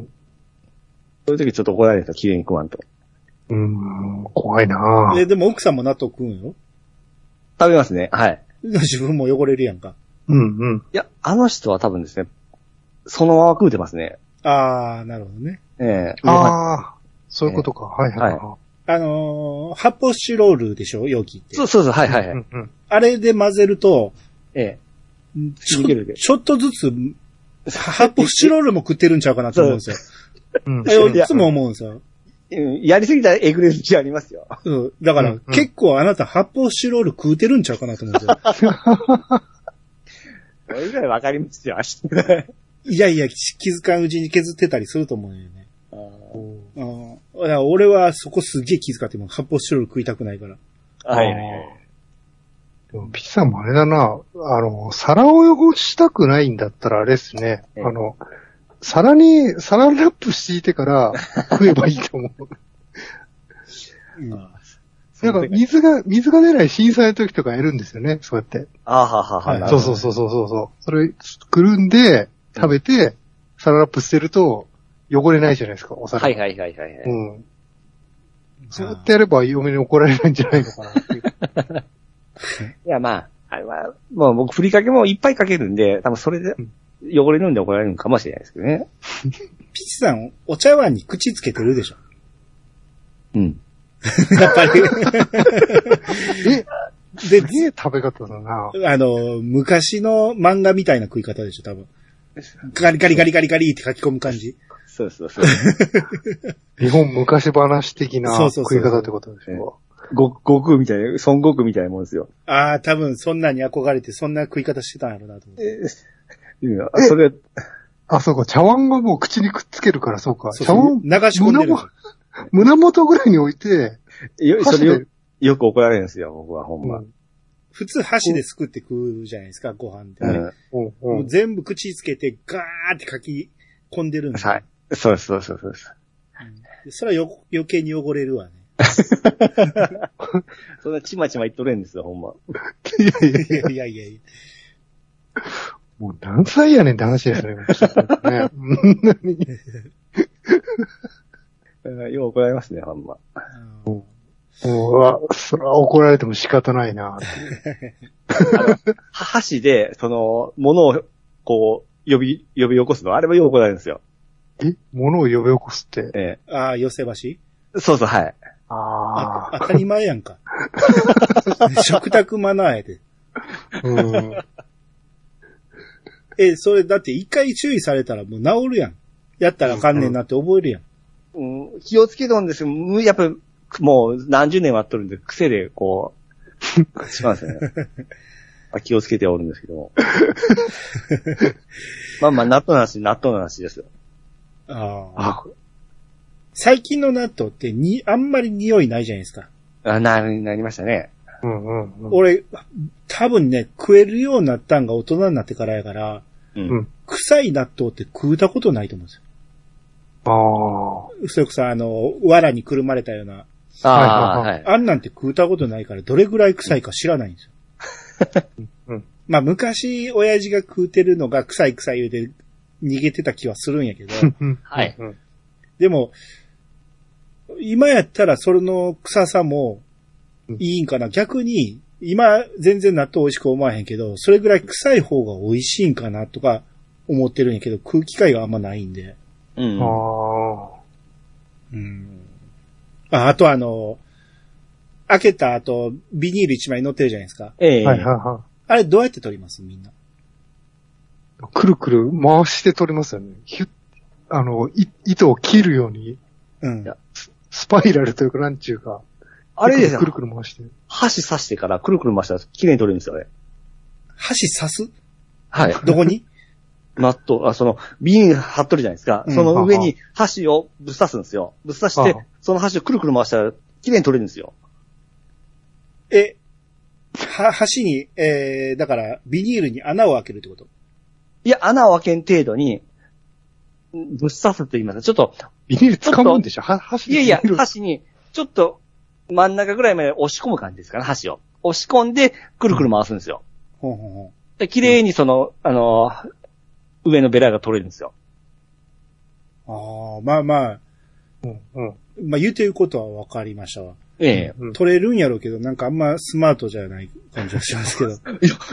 Speaker 3: そういう時ちょっと怒られるんですよ。綺麗に食わんと。
Speaker 2: うん、怖いな
Speaker 1: え、
Speaker 2: ぁ。
Speaker 1: でも奥さんも納豆食うんよ。
Speaker 3: 食べますね。はい。
Speaker 1: 自分も汚れるやんか。
Speaker 2: うん、うん。
Speaker 3: いや、あの人は多分ですね、そのまま食うてますね。
Speaker 1: あー、なるほどね。
Speaker 3: ええ
Speaker 2: ああ、そういうことか。はいはいはい。
Speaker 1: あのー発泡スチロールでしょ容器って
Speaker 3: そ。うそうそう、はいはいうはい。
Speaker 2: ん、うん。
Speaker 1: あれで混ぜると、
Speaker 3: ええ
Speaker 1: ちょ
Speaker 3: いけるいける
Speaker 1: ちょっとずつ、発泡スチロールも食ってるんちゃうかなと思うんですよ。
Speaker 2: うん
Speaker 1: えいつも思うんですよ。
Speaker 3: うんやりすぎたらえぐれる気ありますよ。
Speaker 1: うん。だから、
Speaker 2: うんうん
Speaker 1: 結構あなた発泡スチロール食うてるんちゃうかなと思うんですよ。
Speaker 3: それぐらいわかり ますよ、足。
Speaker 1: いやいや、気気づかんうちに削ってたりすると思うんだよね。
Speaker 3: あー
Speaker 1: うん。だから俺はそこすげえ気遣ってもん発泡スチロール食いたくないから。
Speaker 3: はいはいはい。
Speaker 2: でも、ピッチさんもあれだな、あの、皿を汚したくないんだったらあれですね。
Speaker 3: ええ
Speaker 2: あの、皿に、皿ラップ敷いてから食えばいいと思う。
Speaker 1: うん。
Speaker 2: なんか水が、水が出ない震災の時とかやるんですよね、そうやって。
Speaker 3: あーははは
Speaker 1: は
Speaker 3: はい
Speaker 2: そうそうそうそうそうそう。それ、くるんで、食べて、サララップ捨てると、汚れないじゃないですか、お皿。
Speaker 3: はいはいはいはいは
Speaker 2: う
Speaker 3: い。
Speaker 2: ん。そうやってやれば、嫁に怒られないんじゃないのかなっていう。
Speaker 3: いやまあ、あれは、まあ僕、ふりかけもいっぱいかけるんで、多分それで
Speaker 2: うん、
Speaker 3: 汚れるんで怒られるのかもしれないですけどね。
Speaker 1: ピチさん、お茶碗に口つけてるでしょ。
Speaker 3: うん。
Speaker 1: やっぱり。
Speaker 2: え、、
Speaker 1: です
Speaker 2: げえ食べ方だな
Speaker 1: あの、昔の漫画みたいな食い方でしょ、多分。ガリガリガリガリガリって書き込む感じ。
Speaker 3: そうそうそう。
Speaker 2: 日本昔話的な
Speaker 1: そうそうそ
Speaker 2: 食
Speaker 1: う
Speaker 2: い方ってことでしょ
Speaker 3: ご、悟空みたいな、孫悟空みたいなもんです よ。
Speaker 1: ああ、多分そんなに憧れてそんな食い方してたんやろうなと思って。
Speaker 3: うんそれ、
Speaker 2: あ、そうか、茶碗がもう口にくっつけるから、そうか。
Speaker 1: そう
Speaker 2: 茶碗、
Speaker 1: 流し込んでる。
Speaker 2: 胸元ぐらいに置いて、
Speaker 3: よそ
Speaker 2: 箸
Speaker 3: れよ
Speaker 2: で、、
Speaker 3: よく怒られるんですよ、僕は、ほんま。
Speaker 1: 普通箸ですくって食うじゃないですか、ご飯ってね、
Speaker 3: うん
Speaker 2: うん
Speaker 1: も
Speaker 2: う
Speaker 1: う ん全部口つけてガーって書き込んでるんですよ
Speaker 3: はい。そうですそうですそうです。
Speaker 1: うんそれはよ余計に汚れるわ ね。
Speaker 3: そんなちまちま言っとれんですよ、ほんま。
Speaker 2: いやいやい
Speaker 1: い
Speaker 2: や、
Speaker 1: やいやいやいや。
Speaker 2: もう何歳やねんって話ですね。ねうん
Speaker 3: うんよう怒られますね、ほんま。
Speaker 1: うん
Speaker 2: もう、うわそれは怒られても仕方ないな。
Speaker 3: は箸で、その、物を、こう、呼び、呼び起こすの、あれはよう怒られるんですよ。
Speaker 2: え物を呼び起こすって。
Speaker 3: え
Speaker 1: ああ、寄せ箸
Speaker 3: え。そうそう、はい。
Speaker 2: あ
Speaker 1: あ当たり前やん か。食卓マナーやで。
Speaker 2: あ。うん。
Speaker 1: え、それだって一回注意されたらもう治るやん。やったらあかんねんなって覚えるやん。
Speaker 3: うん、気をつけとんですよ。むやっぱ、もう何十年はっとるんで、癖で、こう、しますよね。まあ気をつけてはおるんですけども。まあまあ、納豆の話、納豆の話ですよ。
Speaker 1: ああ。
Speaker 2: あ、
Speaker 1: 最近の納豆ってに、あんまり匂いないじゃないですか。
Speaker 3: あ、な、なりましたね。
Speaker 2: うんうんうん。
Speaker 1: 俺、多分ね、食えるようになったんが大人になってからやから、
Speaker 3: うん
Speaker 2: うん
Speaker 1: 臭い納豆って食うたことないと思うんですよ。
Speaker 2: ああ。
Speaker 1: それこそあの、藁にくるまれたような、
Speaker 3: ああ、
Speaker 2: はいはい
Speaker 3: は。
Speaker 2: はい
Speaker 1: あんなんて食うたことないから、どれぐらい臭いか知らないんですよ。
Speaker 2: うん
Speaker 1: まあ、昔、親父が食うてるのが臭い臭い言うて、逃げてた気はするんやけど、
Speaker 2: うん
Speaker 3: はい。
Speaker 2: うん。
Speaker 1: でも、今やったらそれの臭さもいいんかな。逆に、今全然納豆美味しく思わへんけど、それぐらい臭い方が美味しいんかなとか思ってるんやけど、食う機会があんまないんで。
Speaker 3: うん。
Speaker 2: ああ。
Speaker 1: うん。あ、あとあの、開けた後、ビニール一枚乗ってるじゃないですか。
Speaker 3: ええ。
Speaker 2: はいはいは
Speaker 1: あれどうやって取りますみんな。
Speaker 2: い。くるくる回して取りますよね。ひゅっあの、い糸を切るように、
Speaker 1: うん
Speaker 3: いや。
Speaker 2: スパイラルというか、なんちゅうか。
Speaker 3: あれですよ
Speaker 2: くるくる回して。
Speaker 3: 箸刺してからくるくる回したら綺麗に取れるんですよね。
Speaker 1: 箸刺す
Speaker 3: はい。
Speaker 1: どこ に
Speaker 3: マット、あ、その、瓶貼っとるじゃないですか。
Speaker 1: うん
Speaker 3: その上
Speaker 2: は
Speaker 3: に箸をぶっ刺すんですよ。ぶっ刺し
Speaker 2: は
Speaker 3: て
Speaker 2: は、
Speaker 3: その箸をくるくる回したら綺麗に取れるんですよ。
Speaker 1: え、は、箸に、えー、だから、ビニールに穴を開けるってこと
Speaker 3: いや、穴を開けん程度に、んぶっ刺すと言いますかちょっと、
Speaker 2: ビニール掴むんでしょは、箸
Speaker 3: い
Speaker 2: で
Speaker 3: やいや
Speaker 2: ビニ、ール
Speaker 3: 箸に、ちょっと、真ん中ぐらいまで押し込む感じですかね、箸を。押し込んで、くるくる回すんですよ。
Speaker 1: ほんほんほん。
Speaker 3: で綺麗にその、あの、上のベラが取れるんですよ。
Speaker 1: ああ、まあまあ、
Speaker 2: うんうん。
Speaker 1: まあ言うてることは分かりましたわ。
Speaker 3: ええ。
Speaker 2: うん
Speaker 1: 取れるんやろうけど、なんかあんまスマートじゃない感じがしますけ ど。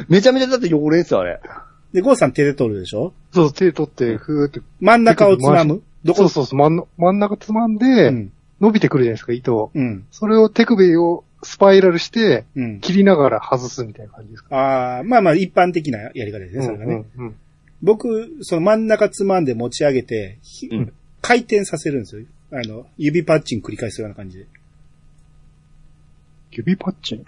Speaker 3: めちゃめちゃだって汚れんすよ、あれ。
Speaker 1: で、ゴーさん手で取るでしょ
Speaker 2: そう、手取って、ふーって。
Speaker 1: 真ん中をつまむ。ど
Speaker 2: そ
Speaker 1: こ
Speaker 2: うそうそう、真ん真ん中つまん
Speaker 1: う
Speaker 2: で、
Speaker 1: ん。
Speaker 2: 伸びてくるじゃないですか、糸を。
Speaker 1: うん。
Speaker 2: それを手首をスパイラルして、
Speaker 1: うん。
Speaker 2: 切りながら外すみたいな感じですか。
Speaker 1: ああ、まあまあ一般的なやり方ですね、それがね。
Speaker 2: うんうんうん
Speaker 1: 僕、その真ん中つまんで持ち上げて、ひ
Speaker 3: うん
Speaker 1: 回転させるんですよ。あの、指パッチン繰り返すような感じで。
Speaker 2: 指パッチン。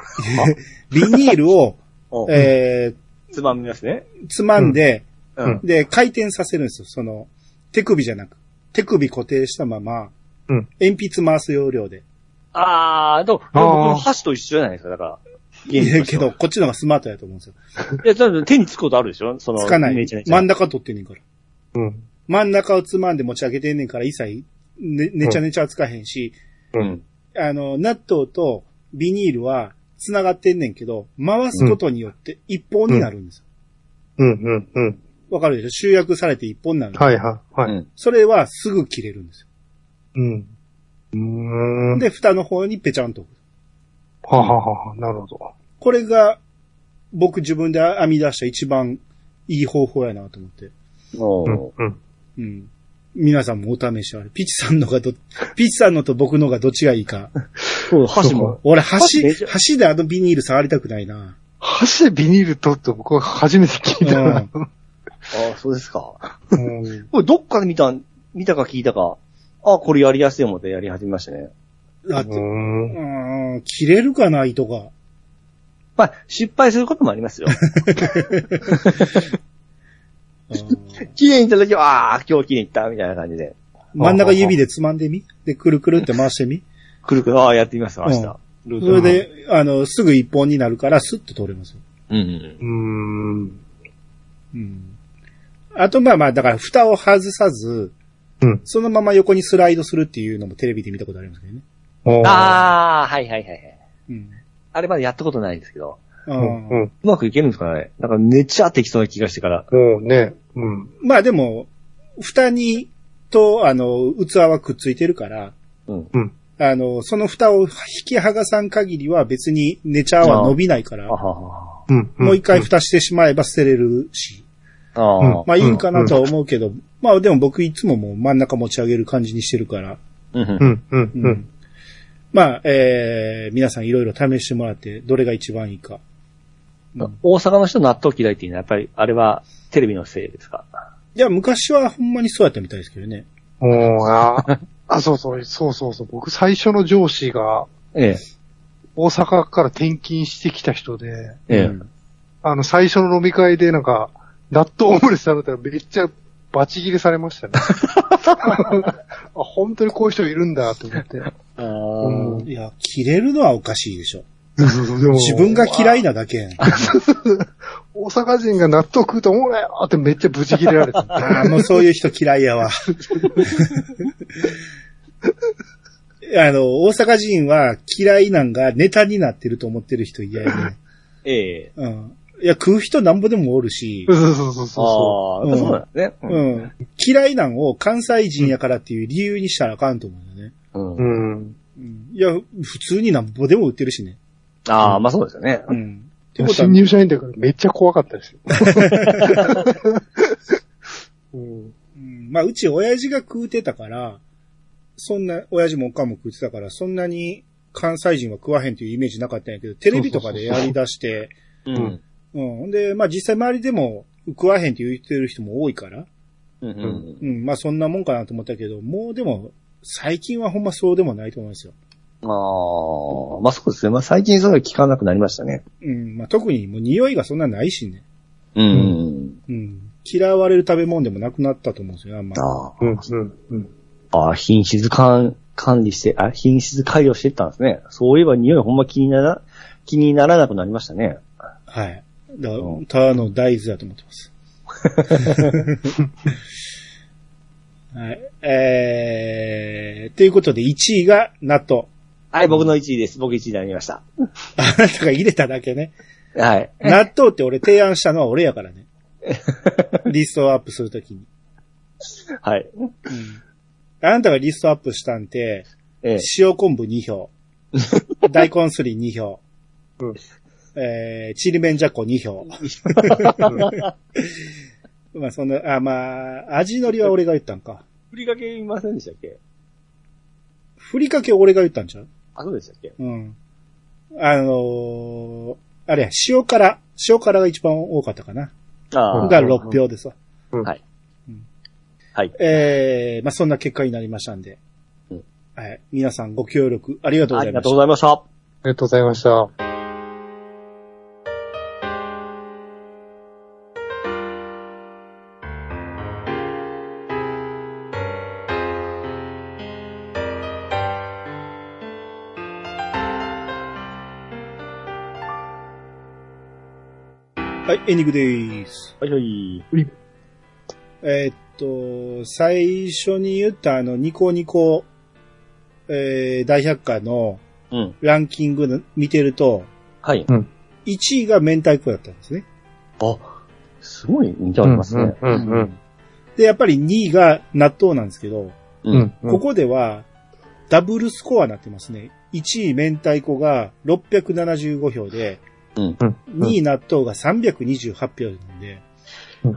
Speaker 1: ビニール を、
Speaker 3: お
Speaker 1: え
Speaker 3: つまみますね。
Speaker 1: ー、つまんで、
Speaker 3: うん。
Speaker 1: で、回転させるんですよ。その、手首じゃなく。手首固定したまま、
Speaker 2: うん
Speaker 1: 鉛筆回す要領で。
Speaker 3: あー、でも、でもこ
Speaker 2: あー
Speaker 3: の箸と一緒じゃないですか、だから。
Speaker 1: いやけ
Speaker 3: けど。
Speaker 1: ど、こっちの方がスマートやと思うんですよ。
Speaker 3: いや、だって手につくことあるでしょその、
Speaker 1: つかない。
Speaker 3: めちゃめち
Speaker 1: 真
Speaker 3: ゃ
Speaker 1: ん。中取ってんねんから。
Speaker 2: うん。
Speaker 1: 真ん中をつまんで持ち上げてんねんから、一切、ね、ねちゃねちゃはつかへんし、
Speaker 3: うん。
Speaker 1: あの、納豆とビニールは繋がってんねんけど、回すことによって一本になるんですよ。
Speaker 2: うんうんうん。
Speaker 1: わ、かるでしょ集約されて一本になる。
Speaker 2: はいはいは
Speaker 3: う
Speaker 2: い。
Speaker 3: ん
Speaker 1: それはすぐ切れるんです
Speaker 2: うん。うー
Speaker 1: よ。
Speaker 2: ん。
Speaker 1: で、蓋の方にぺちゃんと置く。
Speaker 2: はははは、なるほど。
Speaker 1: これが、僕自分で編み出した一番いい方法やなと思って。
Speaker 3: お
Speaker 2: う
Speaker 3: ー
Speaker 2: んうん。
Speaker 1: うん。皆さんもお試しあれ。ピチさんのが ど、ピチさんのと僕のがどっちがいいか。
Speaker 3: そう、箸も。
Speaker 1: 俺、
Speaker 3: 箸
Speaker 1: 箸
Speaker 3: めち、ゃ
Speaker 1: 箸であのビニール触りたくないな。
Speaker 2: 箸でビニール取って僕は初めて聞いたな。
Speaker 3: あー、そうですか。
Speaker 2: うん
Speaker 3: これどっかで見た、見たか聞いたか。あー、これやりやすい思ってやり始めましたね。
Speaker 1: だって、う
Speaker 2: うん
Speaker 1: ーん、切れるかな、糸が。
Speaker 3: まあ、失敗することもあり ますよ。
Speaker 1: あ ー
Speaker 3: 綺麗にいった時は、あー、今日綺麗にいった、みたいな感じで。
Speaker 1: 真ん中指でつまんでみで、くるくるって回して み
Speaker 3: くるくる、あー、やってみます、明日。
Speaker 1: それで、あの、すぐ一本になるから、スッと取れますよ。
Speaker 3: うんうん。
Speaker 2: うん。
Speaker 1: うん。あと、まあまあ、だから、蓋を外さず、
Speaker 2: うん
Speaker 1: そのまま横にスライドするっていうのもテレビで見たことありますけどね。
Speaker 2: あ
Speaker 3: あー、はいはいはいはい。
Speaker 1: うん。
Speaker 3: あれまでやったことないんですけど。
Speaker 2: あ。うん
Speaker 1: うん
Speaker 2: うん。
Speaker 3: うまくいけるんですかねなんか寝ちゃってきそうな気がしてから。
Speaker 2: もうね、うん。
Speaker 1: まあでも、蓋に、と、あの、器はくっついてるから、
Speaker 3: うん。
Speaker 2: うん。
Speaker 1: あの、その蓋を引き剥がさん限りは別に寝ちゃうは伸びないから
Speaker 3: あ、は
Speaker 2: うん。
Speaker 1: もう一回蓋してしまえば捨てれるし、
Speaker 3: はは。ああ。
Speaker 1: まあいいかなとは思うけど、まあでも僕いつももう真ん中持ち上げる感じにしてるから、
Speaker 3: うん
Speaker 2: う
Speaker 3: うん
Speaker 2: ん。うん。
Speaker 1: う
Speaker 2: うんん。うん。
Speaker 1: まあ、えー、皆さんいろいろ試してもらって、どれが一番いいか。うん
Speaker 3: 大阪の人納豆嫌いっていうのは、やっぱり、あれは、テレビのせいですか
Speaker 1: いや、昔はほんまにそうやったみたいですけどね。
Speaker 2: おーあ。 あ、そうそう、そうそうそう。僕最初の上司が、
Speaker 3: ええ。
Speaker 2: 大阪から転勤してきた人で、
Speaker 3: ええ
Speaker 1: うん
Speaker 2: あの、最初の飲み会でなんか、納豆オムレツ食べたらめっちゃバチ切れされま したね。あ、本当にこういう人いるんだと思って。
Speaker 3: あ
Speaker 2: う
Speaker 3: ー
Speaker 2: ん
Speaker 1: いや、切れるのはおかしいでしょ。
Speaker 2: そうそうそうでも
Speaker 1: 自分が嫌いなだけやん。
Speaker 2: 大阪人が納豆食うと思うなよってめっちゃブチ切れられた。
Speaker 1: ああ、もうそういう人嫌いやわ。 あの、大阪人は嫌いなんがネタになってると思ってる人嫌やね。
Speaker 3: ええ。
Speaker 1: うん。いや、食う人なんぼでもおるし
Speaker 2: そ、うそうそう
Speaker 3: あ
Speaker 2: そ
Speaker 3: あー、やっぱそうなんです
Speaker 1: う
Speaker 3: ね。
Speaker 1: ん。嫌いなんを関西人やからっていう理由にしたらあかんと思うよね。
Speaker 3: うん
Speaker 2: う。う。ん。
Speaker 1: うん。いや、普通になんぼでも売ってるしね。
Speaker 3: ああ、まあそうですよね。
Speaker 1: うん。ってことは
Speaker 2: 新、入社員だからめっちゃ怖かったですよ。うん。
Speaker 1: うんまあ、うち親父が食うてたから、そんな、親父もおかんも食うてたから、そんなに関西人は食わへんというイメージなかったんやけど、テレビとかでやり出して、
Speaker 3: うん
Speaker 1: うん。で、まあ実際周りでも食わへんって言ってる人も多いから、
Speaker 3: うんうん
Speaker 1: うん。まあそんなもんかなと思ったけど、もうでも、最近はほんまそうでもないと思うんですよ。
Speaker 3: ああ、まあそうですね。まあ最近それは聞かなくなりましたね。
Speaker 1: うん。まあ特にもう匂いがそんなないしね。
Speaker 3: うん。
Speaker 1: うん。嫌われる食べ物でもなくなったと思うんですよ、あんま。
Speaker 3: あ
Speaker 2: うん。うん。うん。
Speaker 3: あ、ああ品質管管理して、あ、品質改良していったんですね。そういえば匂いほんま気になら、気にならなくなりましたね。
Speaker 1: はい。だから
Speaker 3: うん
Speaker 1: ただの大豆だと思ってます。はい。えー、ということで1位が納豆。
Speaker 3: はい、僕の1位です。僕1位になりました。
Speaker 1: あなたが入れただけね。
Speaker 3: はい。
Speaker 1: 納豆って俺提案したのは俺やからね。リストをアップするときに、
Speaker 3: はい。
Speaker 1: うん。あなたがリストアップしたんて、
Speaker 3: ええ。
Speaker 1: 塩昆布2票、大根すり2票、
Speaker 2: うん
Speaker 1: えー、ちりめんじゃこ2票。まあそんな、あ、まあ、味のりは俺が言ったんか。
Speaker 3: 振りかけいませんでしたっけ
Speaker 1: ふりかけ俺が言ったんちゃう
Speaker 3: あ、そうでしたっけ
Speaker 1: うん。あのー、あれや、塩辛。塩辛が一番多かったかな。
Speaker 3: あ
Speaker 1: が6。票ですわ。
Speaker 3: はい。はい。
Speaker 1: えー、まあそんな結果になりましたんで。
Speaker 3: うん
Speaker 1: はい。皆さんご協力ありがとうご
Speaker 3: あ
Speaker 1: ざい
Speaker 3: り
Speaker 1: ま
Speaker 3: が
Speaker 1: し
Speaker 3: と
Speaker 1: た
Speaker 3: うご。ざいました。
Speaker 2: ありがとうございました。
Speaker 1: はい、エンディングでーす。
Speaker 3: はいはい。
Speaker 1: えーっと、最初に言ったあの、ニコニコ、えー、大百科の
Speaker 3: うん。
Speaker 1: ランキングの見てると、
Speaker 3: はい。
Speaker 1: 1位が明太子だったんですね。
Speaker 3: あ、すごい似ておりますね。
Speaker 2: うんうん
Speaker 1: で、やっぱり2位が納豆なんですけど、
Speaker 2: うん。うん。うん
Speaker 1: ここでは、ダブルスコアになってますね。1位明太子が675票で、
Speaker 2: うん
Speaker 1: 2位納豆が328票なんで、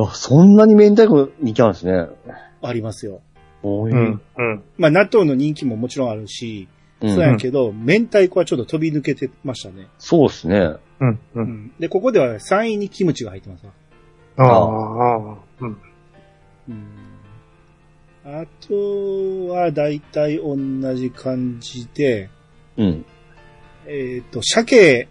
Speaker 3: あ、そんなに明太子似てますね。
Speaker 1: ありますよ。
Speaker 3: おい。
Speaker 2: うん。うん。うん。
Speaker 1: まあ、納豆の人気ももちろんあるし、
Speaker 3: うん
Speaker 1: そうやけど、明太子はちょっと飛び抜けてましたね。
Speaker 3: そうですね。
Speaker 2: うん。う。
Speaker 1: うんん。で、ここでは3位にキムチが入ってますわ。
Speaker 2: ああ。うん。
Speaker 1: うん。あとは、だいたい同じ感じで、
Speaker 3: うん。
Speaker 1: えっ、と、鮭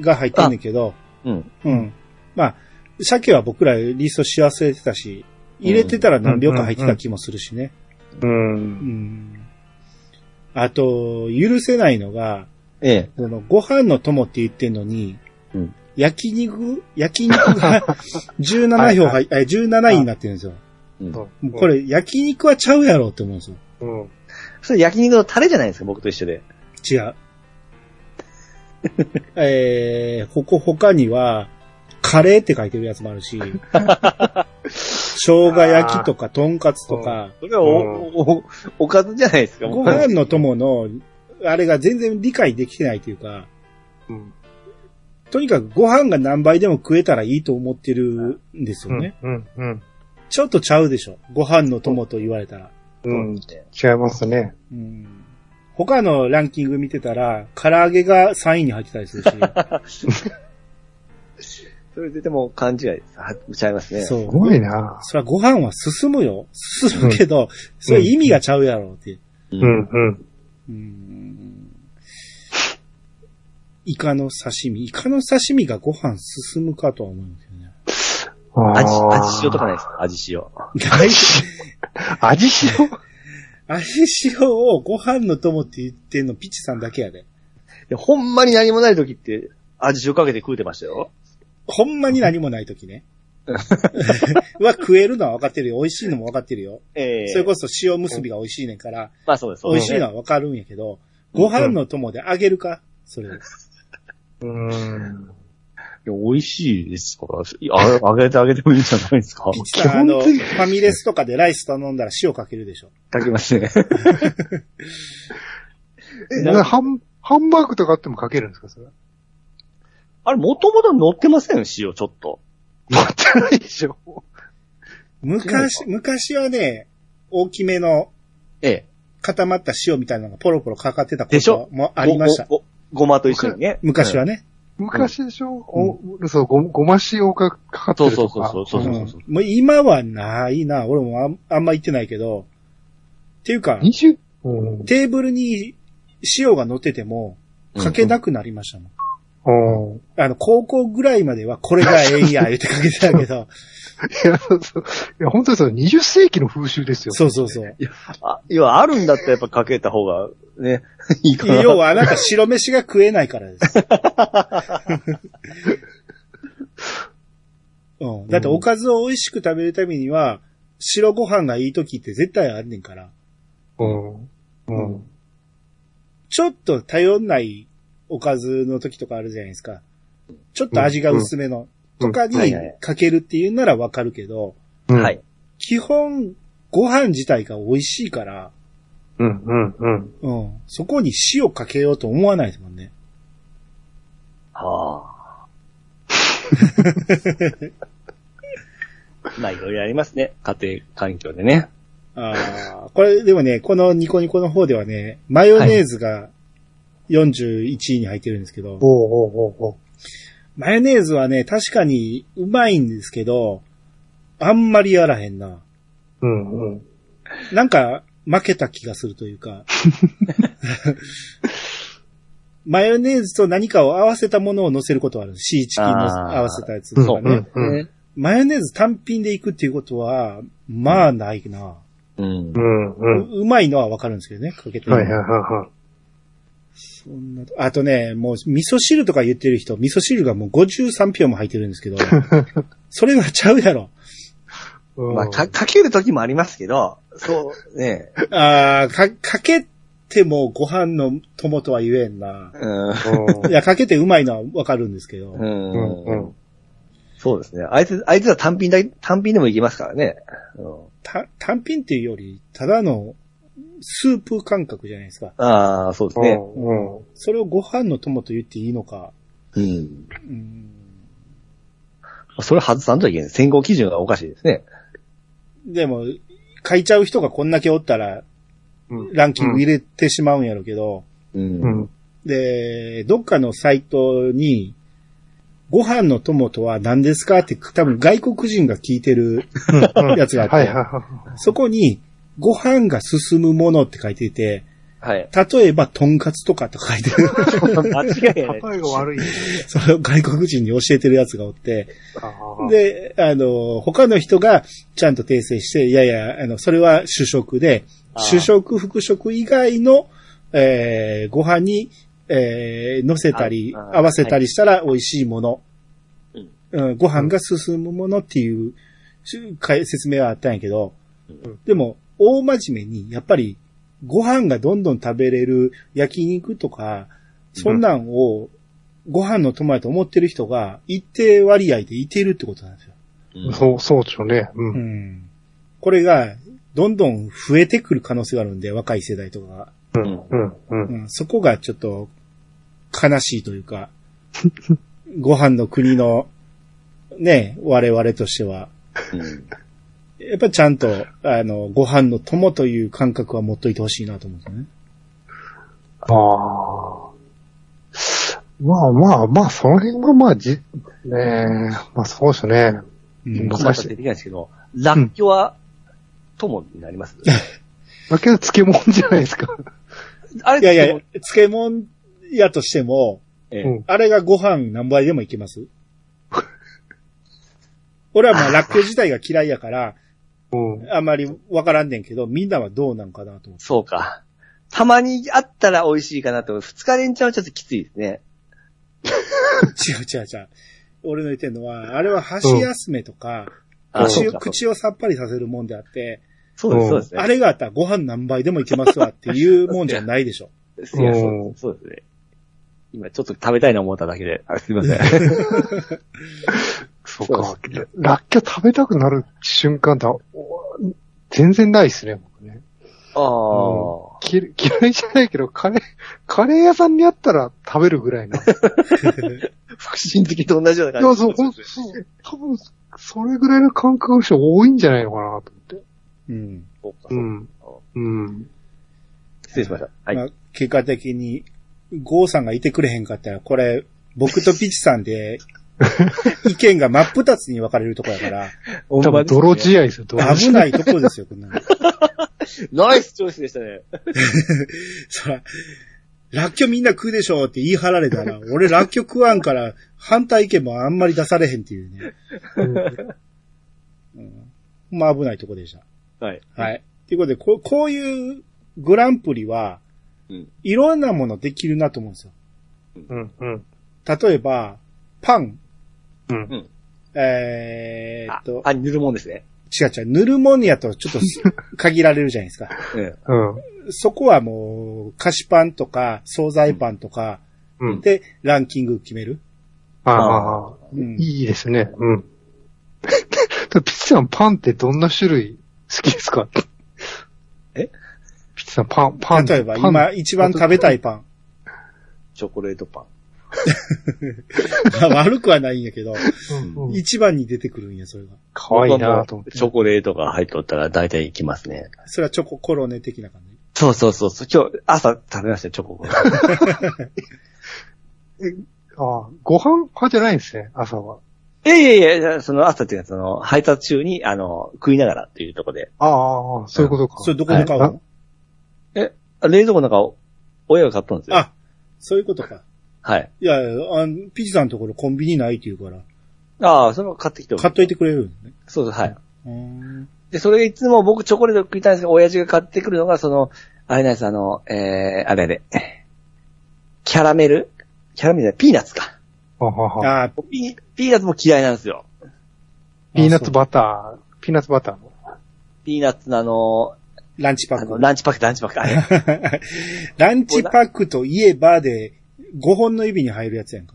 Speaker 1: が入ってんねんけど、
Speaker 3: うん。
Speaker 1: うん。まあ、鮭は僕らリストし忘れてたし、入れてたら何秒か入ってた気もするしね。
Speaker 2: う。
Speaker 1: うんん。あと、許せないのが、
Speaker 3: ええ。
Speaker 1: その、ご飯の友って言ってんのに、
Speaker 3: うん
Speaker 1: 焼肉、焼肉が 17票入っ、え17位になってるんですよ。
Speaker 3: うん
Speaker 1: もうこ。れ、焼肉はちゃうやろって思うんです
Speaker 2: うん。
Speaker 3: それ焼肉のタレじゃないですか、僕と一緒で。
Speaker 1: よ。 違う。えー、ここ他には、カレーって書いてるやつもある し、生姜焼きとか、とんかつとか、
Speaker 3: それはお、お、おかずじゃないですか、
Speaker 1: ご飯の友の、あれが全然理解できてないというか、
Speaker 2: うん。
Speaker 1: とにかくご飯が何倍でも食えたらいいと思ってるんですよね。
Speaker 2: うん。うん。
Speaker 1: ちょっとちゃうでしょ。ご飯の友と言われたら。
Speaker 2: うん。違いますね。
Speaker 1: うん。他のランキング見てたら、唐揚げが3位に入ってたりする し。
Speaker 3: それででも勘違いです。はちゃいますね。
Speaker 1: そ
Speaker 3: そう。
Speaker 2: す
Speaker 1: う。
Speaker 2: ごいな。
Speaker 1: それはご飯は進むよ。進むけど、それ意味がちゃうやろうって。
Speaker 3: う
Speaker 2: うん。。うん。
Speaker 1: うん。イカの刺身。イカの刺身がご飯進むかとは思うんですよね。
Speaker 2: あ
Speaker 3: 味、
Speaker 2: ー
Speaker 3: 味塩とかないですか味塩。
Speaker 1: 大事。
Speaker 2: 味塩
Speaker 1: 味塩をご飯の友って言ってんのピチさんだけやで。
Speaker 3: でほんまに何もない時って、味塩かけて食うてましたよ。
Speaker 1: ほんまに何もない 時ね。 は食えるのは分かってるよ。美味しいのも分かってるよ。
Speaker 3: え
Speaker 1: それこそ塩結びが美味しいねんから、
Speaker 3: まあそうです。
Speaker 1: 美味しい
Speaker 3: な。
Speaker 1: のは分かるんやけど、ご飯の友であげるかそれ。
Speaker 2: うん。
Speaker 3: いや美味しいですから、いやああげてあげてもいいんじゃないですか。
Speaker 1: ピチさん、あ
Speaker 2: 基
Speaker 1: の、
Speaker 2: 本
Speaker 1: フ
Speaker 2: 的に
Speaker 1: ァミレスとかでライス頼んだら塩かけるでしょ。
Speaker 3: かけますね。
Speaker 2: え、なんかハン、ハンバーグとかあってもかけるんですかそれ。
Speaker 3: あれ、もともと乗ってません塩、ちょっと。
Speaker 2: 持ってないでしょ。
Speaker 1: 昔、昔はね、大きめの
Speaker 3: ええ。
Speaker 1: 固まった塩みたいなのがポロポロかかってたこ
Speaker 3: でし
Speaker 1: と
Speaker 3: ょ
Speaker 1: もありました。
Speaker 3: ご。ごごごまと一緒にね。
Speaker 1: 昔はね。
Speaker 2: 昔でしょ、お、そう、ご、ごま塩がかかっ
Speaker 3: そ
Speaker 2: て
Speaker 3: う
Speaker 2: る
Speaker 3: そう
Speaker 2: とか。
Speaker 3: そうそうそうそうそう。
Speaker 1: うんもう今はないな。俺もあんあんま行ってないけど。っていうか、
Speaker 2: 20? うん。
Speaker 1: テーブルに塩が乗ってても、かけなくなりましたもん。
Speaker 2: うん。
Speaker 1: あの、高校ぐらいまではこれがええん や、言うてかけてたけど。
Speaker 2: いや、そうそう。いや、本当にそう、20世紀の風習ですよ。
Speaker 1: そうそうそう。
Speaker 3: あ、いや、あるんだったらやっぱかけた方が、ね、 いいかな。
Speaker 1: 要はあなた白飯が食えないからです。 うん、だっておかずを美味しく食べるためには、白ご飯がいい時って絶対あんねんから。
Speaker 2: うん。うん。
Speaker 1: ちょっと頼んないおかずの時とかあるじゃないですか。ちょっと味が薄めのとか
Speaker 3: うんうん
Speaker 1: にかけるっていうならわかるけど、
Speaker 2: うん
Speaker 3: はい。。
Speaker 1: 基本ご飯自体が美味しいから、
Speaker 2: うん、うん、うん。
Speaker 1: うん、そこに塩かけようと思わないですもんね。
Speaker 3: は あ。まあ、いろいろありますね。家庭環境でね。
Speaker 1: ああ、これでもね、このニコニコの方ではね、マヨネーズが41位に入ってるんですけど、
Speaker 2: おうおうおうおう
Speaker 1: マヨネーズはね、確かにうまいんですけど、あんまりやらへんな。
Speaker 2: うん、うん。
Speaker 1: なんか、負けた気がするというか。マヨネーズと何かを合わせたものを乗せることはある。シーチキンの
Speaker 3: あー
Speaker 1: 合わせたやつとかね。
Speaker 2: うん
Speaker 3: ね
Speaker 1: マヨネーズ単品で行くっていうことは、まあないな。
Speaker 3: うん
Speaker 2: う。ん、
Speaker 1: う
Speaker 2: うん。
Speaker 1: うまいのはわかるんですけどね、かけても
Speaker 2: はいはいは
Speaker 1: そんなあとね、もう味噌汁とか言ってる人、味噌汁がもう53票も入ってるんですけ ど、それはちゃうやろ。
Speaker 2: いはい。
Speaker 3: まあ、か、かける時もありますけど、そう、ね。
Speaker 1: ああ、か、かけてもご飯の友とは言えんな。
Speaker 3: うん。
Speaker 1: い や、かけてうまいのはわかるんですけど。
Speaker 3: うん
Speaker 2: うん、うん。
Speaker 3: そうですね。あいつ、あいつは単品だ、単品でもいけますからね。うん、
Speaker 1: た、単品っていうより、ただの、スープ感覚じゃないですか。
Speaker 3: ああ、そうですね。
Speaker 2: うん。
Speaker 1: それをご飯の友と言っていいのか。
Speaker 3: うん。
Speaker 1: うん。
Speaker 3: それ外さんといけない。選考基準がおかしいですね。
Speaker 1: でも、書いちゃう人がこんだけおったら、
Speaker 2: うん
Speaker 1: ランキング入れてしまうんやろうけど、
Speaker 3: うん
Speaker 2: う。ん。
Speaker 1: で、どっかのサイトに、ご飯の友とは何ですかって多分外国人が聞いてる、やつがあって
Speaker 2: はいはいは
Speaker 1: そこに、ご飯が進むものって書いてて、
Speaker 3: はい。
Speaker 1: 例えば、とんかつとかと書いてる。
Speaker 3: 間違いない
Speaker 2: い。。例えが悪い。
Speaker 1: それを外国人に教えてるやつがおって、
Speaker 2: あー
Speaker 1: で、あの、他の人がちゃんと訂正して、いやいや、あの、それは主食で
Speaker 3: あー、
Speaker 1: 主食、副食以外の、えーご飯に、えー乗せたり、
Speaker 3: ああー
Speaker 1: 合わせたりしたら美味しいもの。
Speaker 3: うん
Speaker 1: うん、ご飯が進むものっていうしか説明はあったんやけど、でも、大真面目に、やっぱり、ご飯がどんどん食べれる焼肉とか、そんなんを、ご飯の友やと思ってる人が、一定割合でいてるってことなんですよ。
Speaker 3: うん
Speaker 2: そう、そうでしょうね。う。
Speaker 1: うんん。これが、どんどん増えてくる可能性があるんで、若い世代とかが。
Speaker 2: うん。うん。うん
Speaker 1: うん、そこがちょっと、悲しいというか、ご飯の国の、ね、我々としては、
Speaker 3: うん
Speaker 1: やっぱちゃんと、あの、ご飯の友という感覚は持っといてほしいなと思うんですよね。
Speaker 2: ああ。まあまあまあ、その辺はまあ、じ、ねえ、まあそうですね。
Speaker 1: うん
Speaker 2: 難しい
Speaker 3: 僕はちょっと出てきないですけど、ラッキョは、友になります。
Speaker 2: だけど漬物じゃないですか。
Speaker 3: あれ
Speaker 1: いやいや、漬物やとしても、
Speaker 3: ええ
Speaker 2: うん
Speaker 1: あれがご飯何倍でもいけます俺はまあ、ラッキョ自体が嫌いやから、
Speaker 2: うん。
Speaker 1: あんまりわからんねんけど、みんなはどうなんかなと思って。
Speaker 3: そうか。たまにあったら美味しいかなと。二日連チャンはちょっときついですね。
Speaker 1: 違う違う違う。俺の言ってんのは、あれは箸休めとか、
Speaker 3: あ
Speaker 1: 口
Speaker 3: そう
Speaker 1: を
Speaker 3: か
Speaker 1: 口をさっぱりさせるもんであって、
Speaker 3: そうです、そうですね。
Speaker 1: あれがあったらご飯何杯でもいけますわっていうもんじゃないで しょ。
Speaker 3: いやそううんそうですね。今ちょっと食べたいな思っただけで。あすいません。
Speaker 2: そ
Speaker 3: そ
Speaker 2: うか
Speaker 3: うです。
Speaker 2: ラッキョ食べたくなる瞬間だ。お全然ないですね、僕ね。
Speaker 3: あ
Speaker 2: う
Speaker 3: あ。
Speaker 2: き嫌いじゃないけど、カレー、カレー屋さんにあったら食べるぐらいな。い
Speaker 3: 腹心的と同じような
Speaker 2: や、
Speaker 3: 感じ。
Speaker 2: そう、ほんそう多分、それぐらいの感覚の人多いんじゃないのかなと思って。
Speaker 1: うん。
Speaker 3: そうかそううか
Speaker 2: ん。うん。
Speaker 3: 失礼しました。はい。
Speaker 1: まあ、結果的に、ゴーさんがいてくれへんかったら、これ、僕とピチさん で、意見が真っ二つに分かれるとこやから、
Speaker 2: 多分、泥仕合ですよ、泥仕合。
Speaker 1: 危ないとこですよ、こんなの。
Speaker 3: ナイスチョイスでしたね。
Speaker 1: そら、ラッキョみんな食うでしょうって言い張られたら、俺ラッキョ食わんから、反対意見もあんまり出されへんっていうね。
Speaker 2: うん
Speaker 1: まあ危ないとこでした。
Speaker 3: はい。
Speaker 1: はい。ということで、こうこういうグランプリは
Speaker 3: うん、
Speaker 1: いろんなものできるなと思うんですよ。
Speaker 2: うん。うん。
Speaker 1: 例えば、パン、
Speaker 2: うん。
Speaker 1: えー、っと
Speaker 3: あ、、あ塗るもんですね。
Speaker 1: 違う違う、塗るもんやとちょっとす限られるじゃないですか。
Speaker 3: うん。
Speaker 2: うん。
Speaker 1: そこはもう、菓子パンとか、惣菜パンとか
Speaker 2: うん。
Speaker 1: でランキング決める。
Speaker 2: あ
Speaker 3: あ
Speaker 2: あ、
Speaker 1: うん
Speaker 2: いいですね。うん。 ピッツさん、パンってどんな種類好きですか
Speaker 3: え
Speaker 2: ピッツさん、パン、パン。
Speaker 1: 例えば、
Speaker 2: パン
Speaker 1: 今一番食べたいパン。
Speaker 3: チョコレートパン。
Speaker 1: まあ 悪くはないんやけど、
Speaker 2: うんうん
Speaker 1: 一番に出てくるんや、それが。
Speaker 2: かわいいなと思って。
Speaker 3: チョコレートが入っとったら大体いきますね。
Speaker 1: それはチョココロネ的な感じ。
Speaker 3: そうそうそうそう。今日、朝食べましたよ、チョコ。
Speaker 2: ああ、ご飯派じゃないんですね、朝は。
Speaker 3: いやいやいや、その朝っていうか、その、配達中に、あの、食いながらっていうところで。
Speaker 2: ああああ、そういうことか。
Speaker 1: それどこで買うの、
Speaker 3: あ冷蔵庫の中を、親が買ったんですよ。
Speaker 1: あ、そういうことか。
Speaker 3: はい。
Speaker 1: いや、あのピチさんのところコンビニないって言うから、
Speaker 3: ああ、それを買ってきて
Speaker 1: 買っとい
Speaker 3: て。
Speaker 1: てくれるのね。
Speaker 3: そうそう、はい。
Speaker 1: うーん
Speaker 3: で、それがいつも僕チョコレート食いたいんですけど、親父が買ってくるのが、その、あれなんです、あの、えー、あれあれ。キャラメルキャラメルじゃない、ピーナッツか。
Speaker 2: ああああ
Speaker 1: あ
Speaker 3: ピーピーナッツも嫌いなんですよ。
Speaker 2: ピーナッツバター、ピーナッツバターの。
Speaker 3: ピーナッツのあの、
Speaker 1: ランチパ
Speaker 3: あ
Speaker 1: ッ
Speaker 3: の
Speaker 1: ク。
Speaker 3: ランチパック、ランチパック。あれ
Speaker 1: ランチパックといえばで、5本の指に入るやつやんか。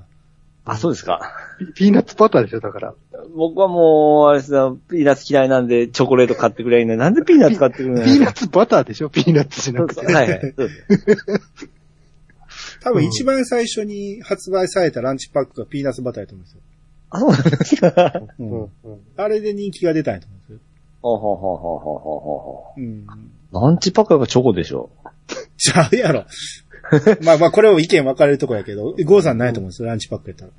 Speaker 3: あ、そうですか。
Speaker 2: ピピーナッツバターでしょ、だから。
Speaker 3: 僕はもう、あれですな、ピーナッツ嫌いなんで、チョコレート買ってくれないんで、なんでピーナッツ買ってくれ
Speaker 2: ピ
Speaker 3: ない
Speaker 2: ーナッツバターでしょ、ピーナッツじゃ
Speaker 3: そ
Speaker 2: な
Speaker 3: う
Speaker 2: く
Speaker 3: そ
Speaker 2: て。
Speaker 3: うはいはい。そうです
Speaker 1: 多分一番最初に発売されたランチパックがピーナッツバターやと思うんですよ。
Speaker 3: あ、そうなんですか。
Speaker 1: う
Speaker 2: うんんうん
Speaker 1: あれで人気が出たんやと思うんですよ。
Speaker 3: ほうほうほうほうほうほうほ
Speaker 1: うん。
Speaker 3: う。ランチパックがチョコでしょ。
Speaker 1: ちゃうやろ。 まあまあ、これも意見分かれるとこやけど、ゴーさんないと思うんですよ、ランチパックやったら。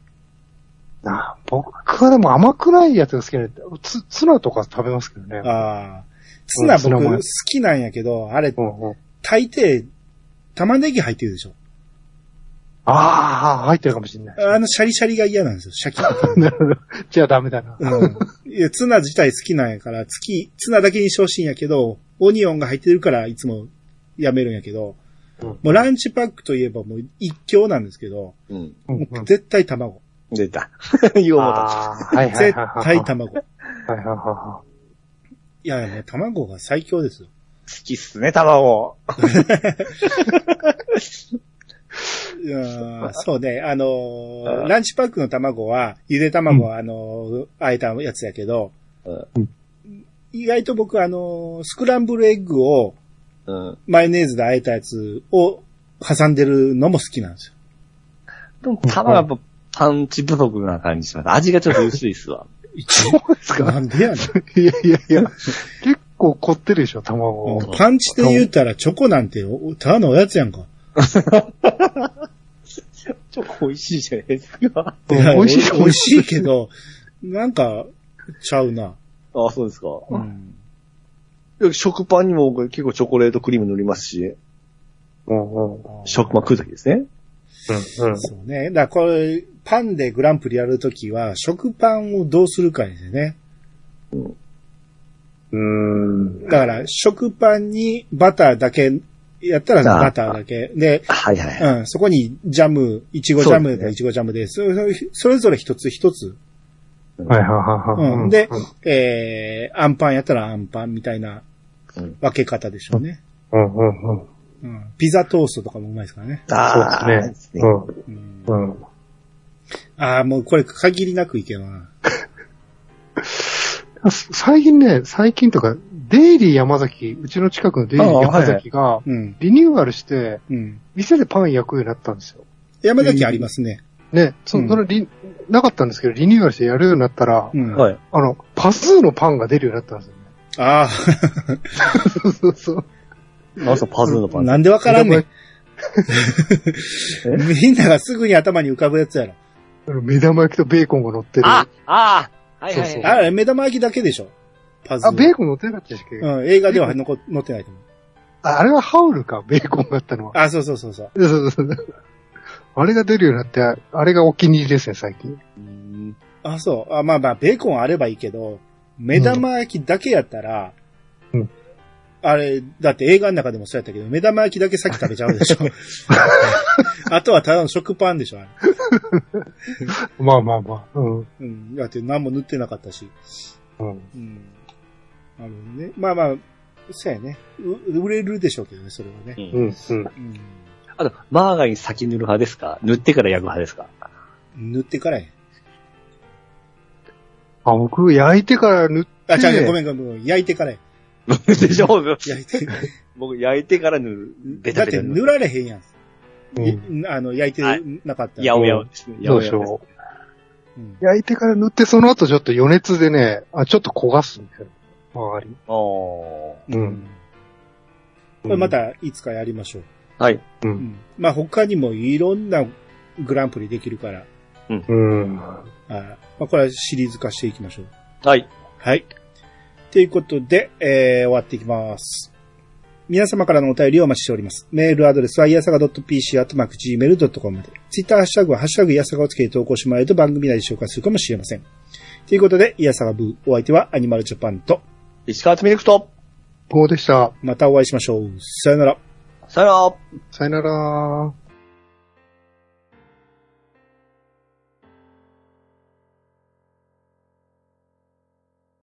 Speaker 2: ああ僕はでも甘くないやつが好きなんで、ツツナとか食べますけどね。
Speaker 1: ああ。ツナ
Speaker 2: うんツナ
Speaker 1: 僕
Speaker 2: も
Speaker 1: 好きなんやけど、あれ
Speaker 2: う、んうん
Speaker 1: 大抵、玉ねぎ入ってるでしょ。
Speaker 2: ああ、入ってるかもしれない。
Speaker 1: あの、シャリシャリが嫌なんですよ、シャキ。
Speaker 2: なるほど。 じゃあダメだな。
Speaker 1: うん。いや、ツナ自体好きなんやから、月、ツナだけにしてほしいんやけど、オニオンが入ってるから、いつもやめるんやけど、
Speaker 2: うん
Speaker 1: もうランチパックといえばもう一強なんですけど、
Speaker 3: うん。
Speaker 2: うん
Speaker 1: もう絶対卵。
Speaker 3: 出た。言おう思った。
Speaker 2: ああ、はいはい
Speaker 1: 絶
Speaker 2: はいはい。
Speaker 1: 対卵。
Speaker 2: はいはいはいはい
Speaker 1: や、ね、卵が最強ですよ。
Speaker 3: 好きっすね、卵。
Speaker 1: いやーそうね、あのーランチパックの卵は、ゆで卵は、あのー、あえたやつやけど、
Speaker 2: うん
Speaker 1: 意外と僕、あのースクランブルエッグを
Speaker 3: うん。
Speaker 1: マヨネーズであえたやつを挟んでるのも好きなんですよ。
Speaker 3: でも、卵はやっぱパンチ不足な感じします。味がちょっと薄いっす わ。
Speaker 2: い。そうです
Speaker 1: な
Speaker 2: か
Speaker 1: んでやねん。
Speaker 2: いやいやいや。結構凝ってるでしょ、卵。
Speaker 1: もうパンチで言うたらチョコなんて、おただのおやつやんか。
Speaker 3: チョコ美味しいじゃないですか。
Speaker 2: うん
Speaker 1: いや
Speaker 2: 美味しい。
Speaker 1: お美味しいけど、なんか、ちゃうな。
Speaker 3: あ、そうですか。
Speaker 1: うん。
Speaker 3: いや食パンにも僕結構チョコレートクリーム塗りますし、
Speaker 2: うんうんうん
Speaker 3: 食パン食うときですね。
Speaker 2: うん
Speaker 1: そうね。だからこれ、パンでグランプリやるときは、食パンをどうするかですよね。
Speaker 4: うーん。
Speaker 1: だから、食パンにバターだけ、やったら
Speaker 3: あー
Speaker 1: バターだけ。で、
Speaker 3: はいはい。
Speaker 1: うん、そこにジャム、いちごジャム
Speaker 3: そ
Speaker 1: だっ
Speaker 3: うです
Speaker 1: た
Speaker 3: ね
Speaker 1: らいちごジャムで、それそれぞれ一つ一つ。
Speaker 2: はいはいはいはい。
Speaker 1: うんでえー、アンパンやったらアンパンみたいな
Speaker 3: うん
Speaker 1: 分け方でしょうね。
Speaker 2: うんうんうん。
Speaker 1: うん、ピザトーストとかもうまいですからね。
Speaker 3: あ
Speaker 2: そう
Speaker 3: ー
Speaker 2: ですね。うん
Speaker 1: うん、
Speaker 2: うん。
Speaker 1: ああ、もうこれ限りなくいけるな。
Speaker 2: 最近ね、最近とか、デイリー山崎、うちの近くのデイリー山崎が、
Speaker 1: うん、
Speaker 2: リニューアルして、
Speaker 1: うん。
Speaker 2: 店でパン焼くようになったんですよ。
Speaker 1: 山崎ありますね。
Speaker 2: ね、そ
Speaker 1: うん
Speaker 2: そのリ、なかったんですけど、リニューアルしてやるようになったら、
Speaker 1: うん。
Speaker 3: はい。
Speaker 2: あの、パスーのパンが出るようになったんですよね。
Speaker 1: あ
Speaker 2: そ うそうそう。
Speaker 3: あ、そう、パズルのパ
Speaker 1: あ、
Speaker 3: ン。
Speaker 1: なんでわからんねん。
Speaker 3: え
Speaker 1: みんながすぐに頭に浮かぶやつやろ。
Speaker 2: 目玉焼きとベーコンが乗ってる。
Speaker 3: ああーはいは
Speaker 2: そう
Speaker 3: い
Speaker 2: そう
Speaker 1: あ
Speaker 3: はい。
Speaker 1: れ、目玉焼きだけでしょ。パズル。
Speaker 2: あ、ベーコン乗ってなかったでしたっけ、
Speaker 1: うん、映画では残載ってないと思う。
Speaker 2: ああれはハウルか、ベーコンがあったのは。
Speaker 1: あ、そうそうそうそう。
Speaker 2: そうそうそう。あれが出るようになって、あれがお気に入りですね、最近。
Speaker 3: うん
Speaker 1: あ、そう。あ、まあまあ、ベーコンあればいいけど、目玉焼きだけやったら、
Speaker 2: うん
Speaker 1: あれ、だって映画の中でもそうやったけど、目玉焼きだけ先食べちゃうでしょ。あとはただの食パンでしょ、あれ
Speaker 2: まあまあまあ。うん。
Speaker 1: うん。だって何も塗ってなかったし。
Speaker 2: うん。
Speaker 1: うん。なるほどね。まあまあ、そうやね。う売れるでしょうけどね、それはね。
Speaker 2: う
Speaker 3: うん
Speaker 2: ん。うん。
Speaker 1: うん。
Speaker 3: あと、バーガーに先塗る派ですか塗ってから焼く 派ですか
Speaker 1: 塗ってからや。
Speaker 2: あ、僕、焼いてから塗っ
Speaker 1: あ、ちゃう ね、
Speaker 2: ね
Speaker 1: ごめんごめんごめん。焼いてからや。
Speaker 3: でしょ
Speaker 1: 焼いて。
Speaker 3: 僕、焼いてから塗る。ベ
Speaker 1: だ
Speaker 3: タ
Speaker 1: っ
Speaker 3: ベタ
Speaker 1: て
Speaker 3: 塗
Speaker 1: 塗
Speaker 3: る。
Speaker 1: られへんやん。
Speaker 2: うん
Speaker 1: いあの、焼いてなかったら。
Speaker 3: やおやおですね。や
Speaker 2: ど
Speaker 3: お
Speaker 2: う
Speaker 3: や
Speaker 2: し
Speaker 3: お
Speaker 2: よう。
Speaker 1: うん
Speaker 2: 焼いてから塗って、その後ちょっと余熱でね、あ、ちょっと焦がすんだよ。周り。
Speaker 3: お
Speaker 2: う。
Speaker 1: うんんこれまたいつかやりましょう。
Speaker 3: ーはい。
Speaker 2: う
Speaker 1: うんまあ他にもいろんなグランプリできるから、
Speaker 2: うん。
Speaker 1: あーまあこれはシリーズ化していきましょう。
Speaker 3: はい。
Speaker 1: はい。ということで、えー終わっていきます。皆様からのお便りをお待ちしております。メールアドレスは、いやさが .pc、あとマーク gmail.com まで。ツイッターハッシュタグは、ハッシュタグいやさがをつけて投稿してもらえると番組内で紹介するかもしれません。ということで、いやさがブー、お相手はアニマルジャパンと、
Speaker 3: 石川つみるくと、
Speaker 2: こうでした。
Speaker 1: またお会いしましょう。さよなら。
Speaker 3: さよなら。
Speaker 2: さよなら。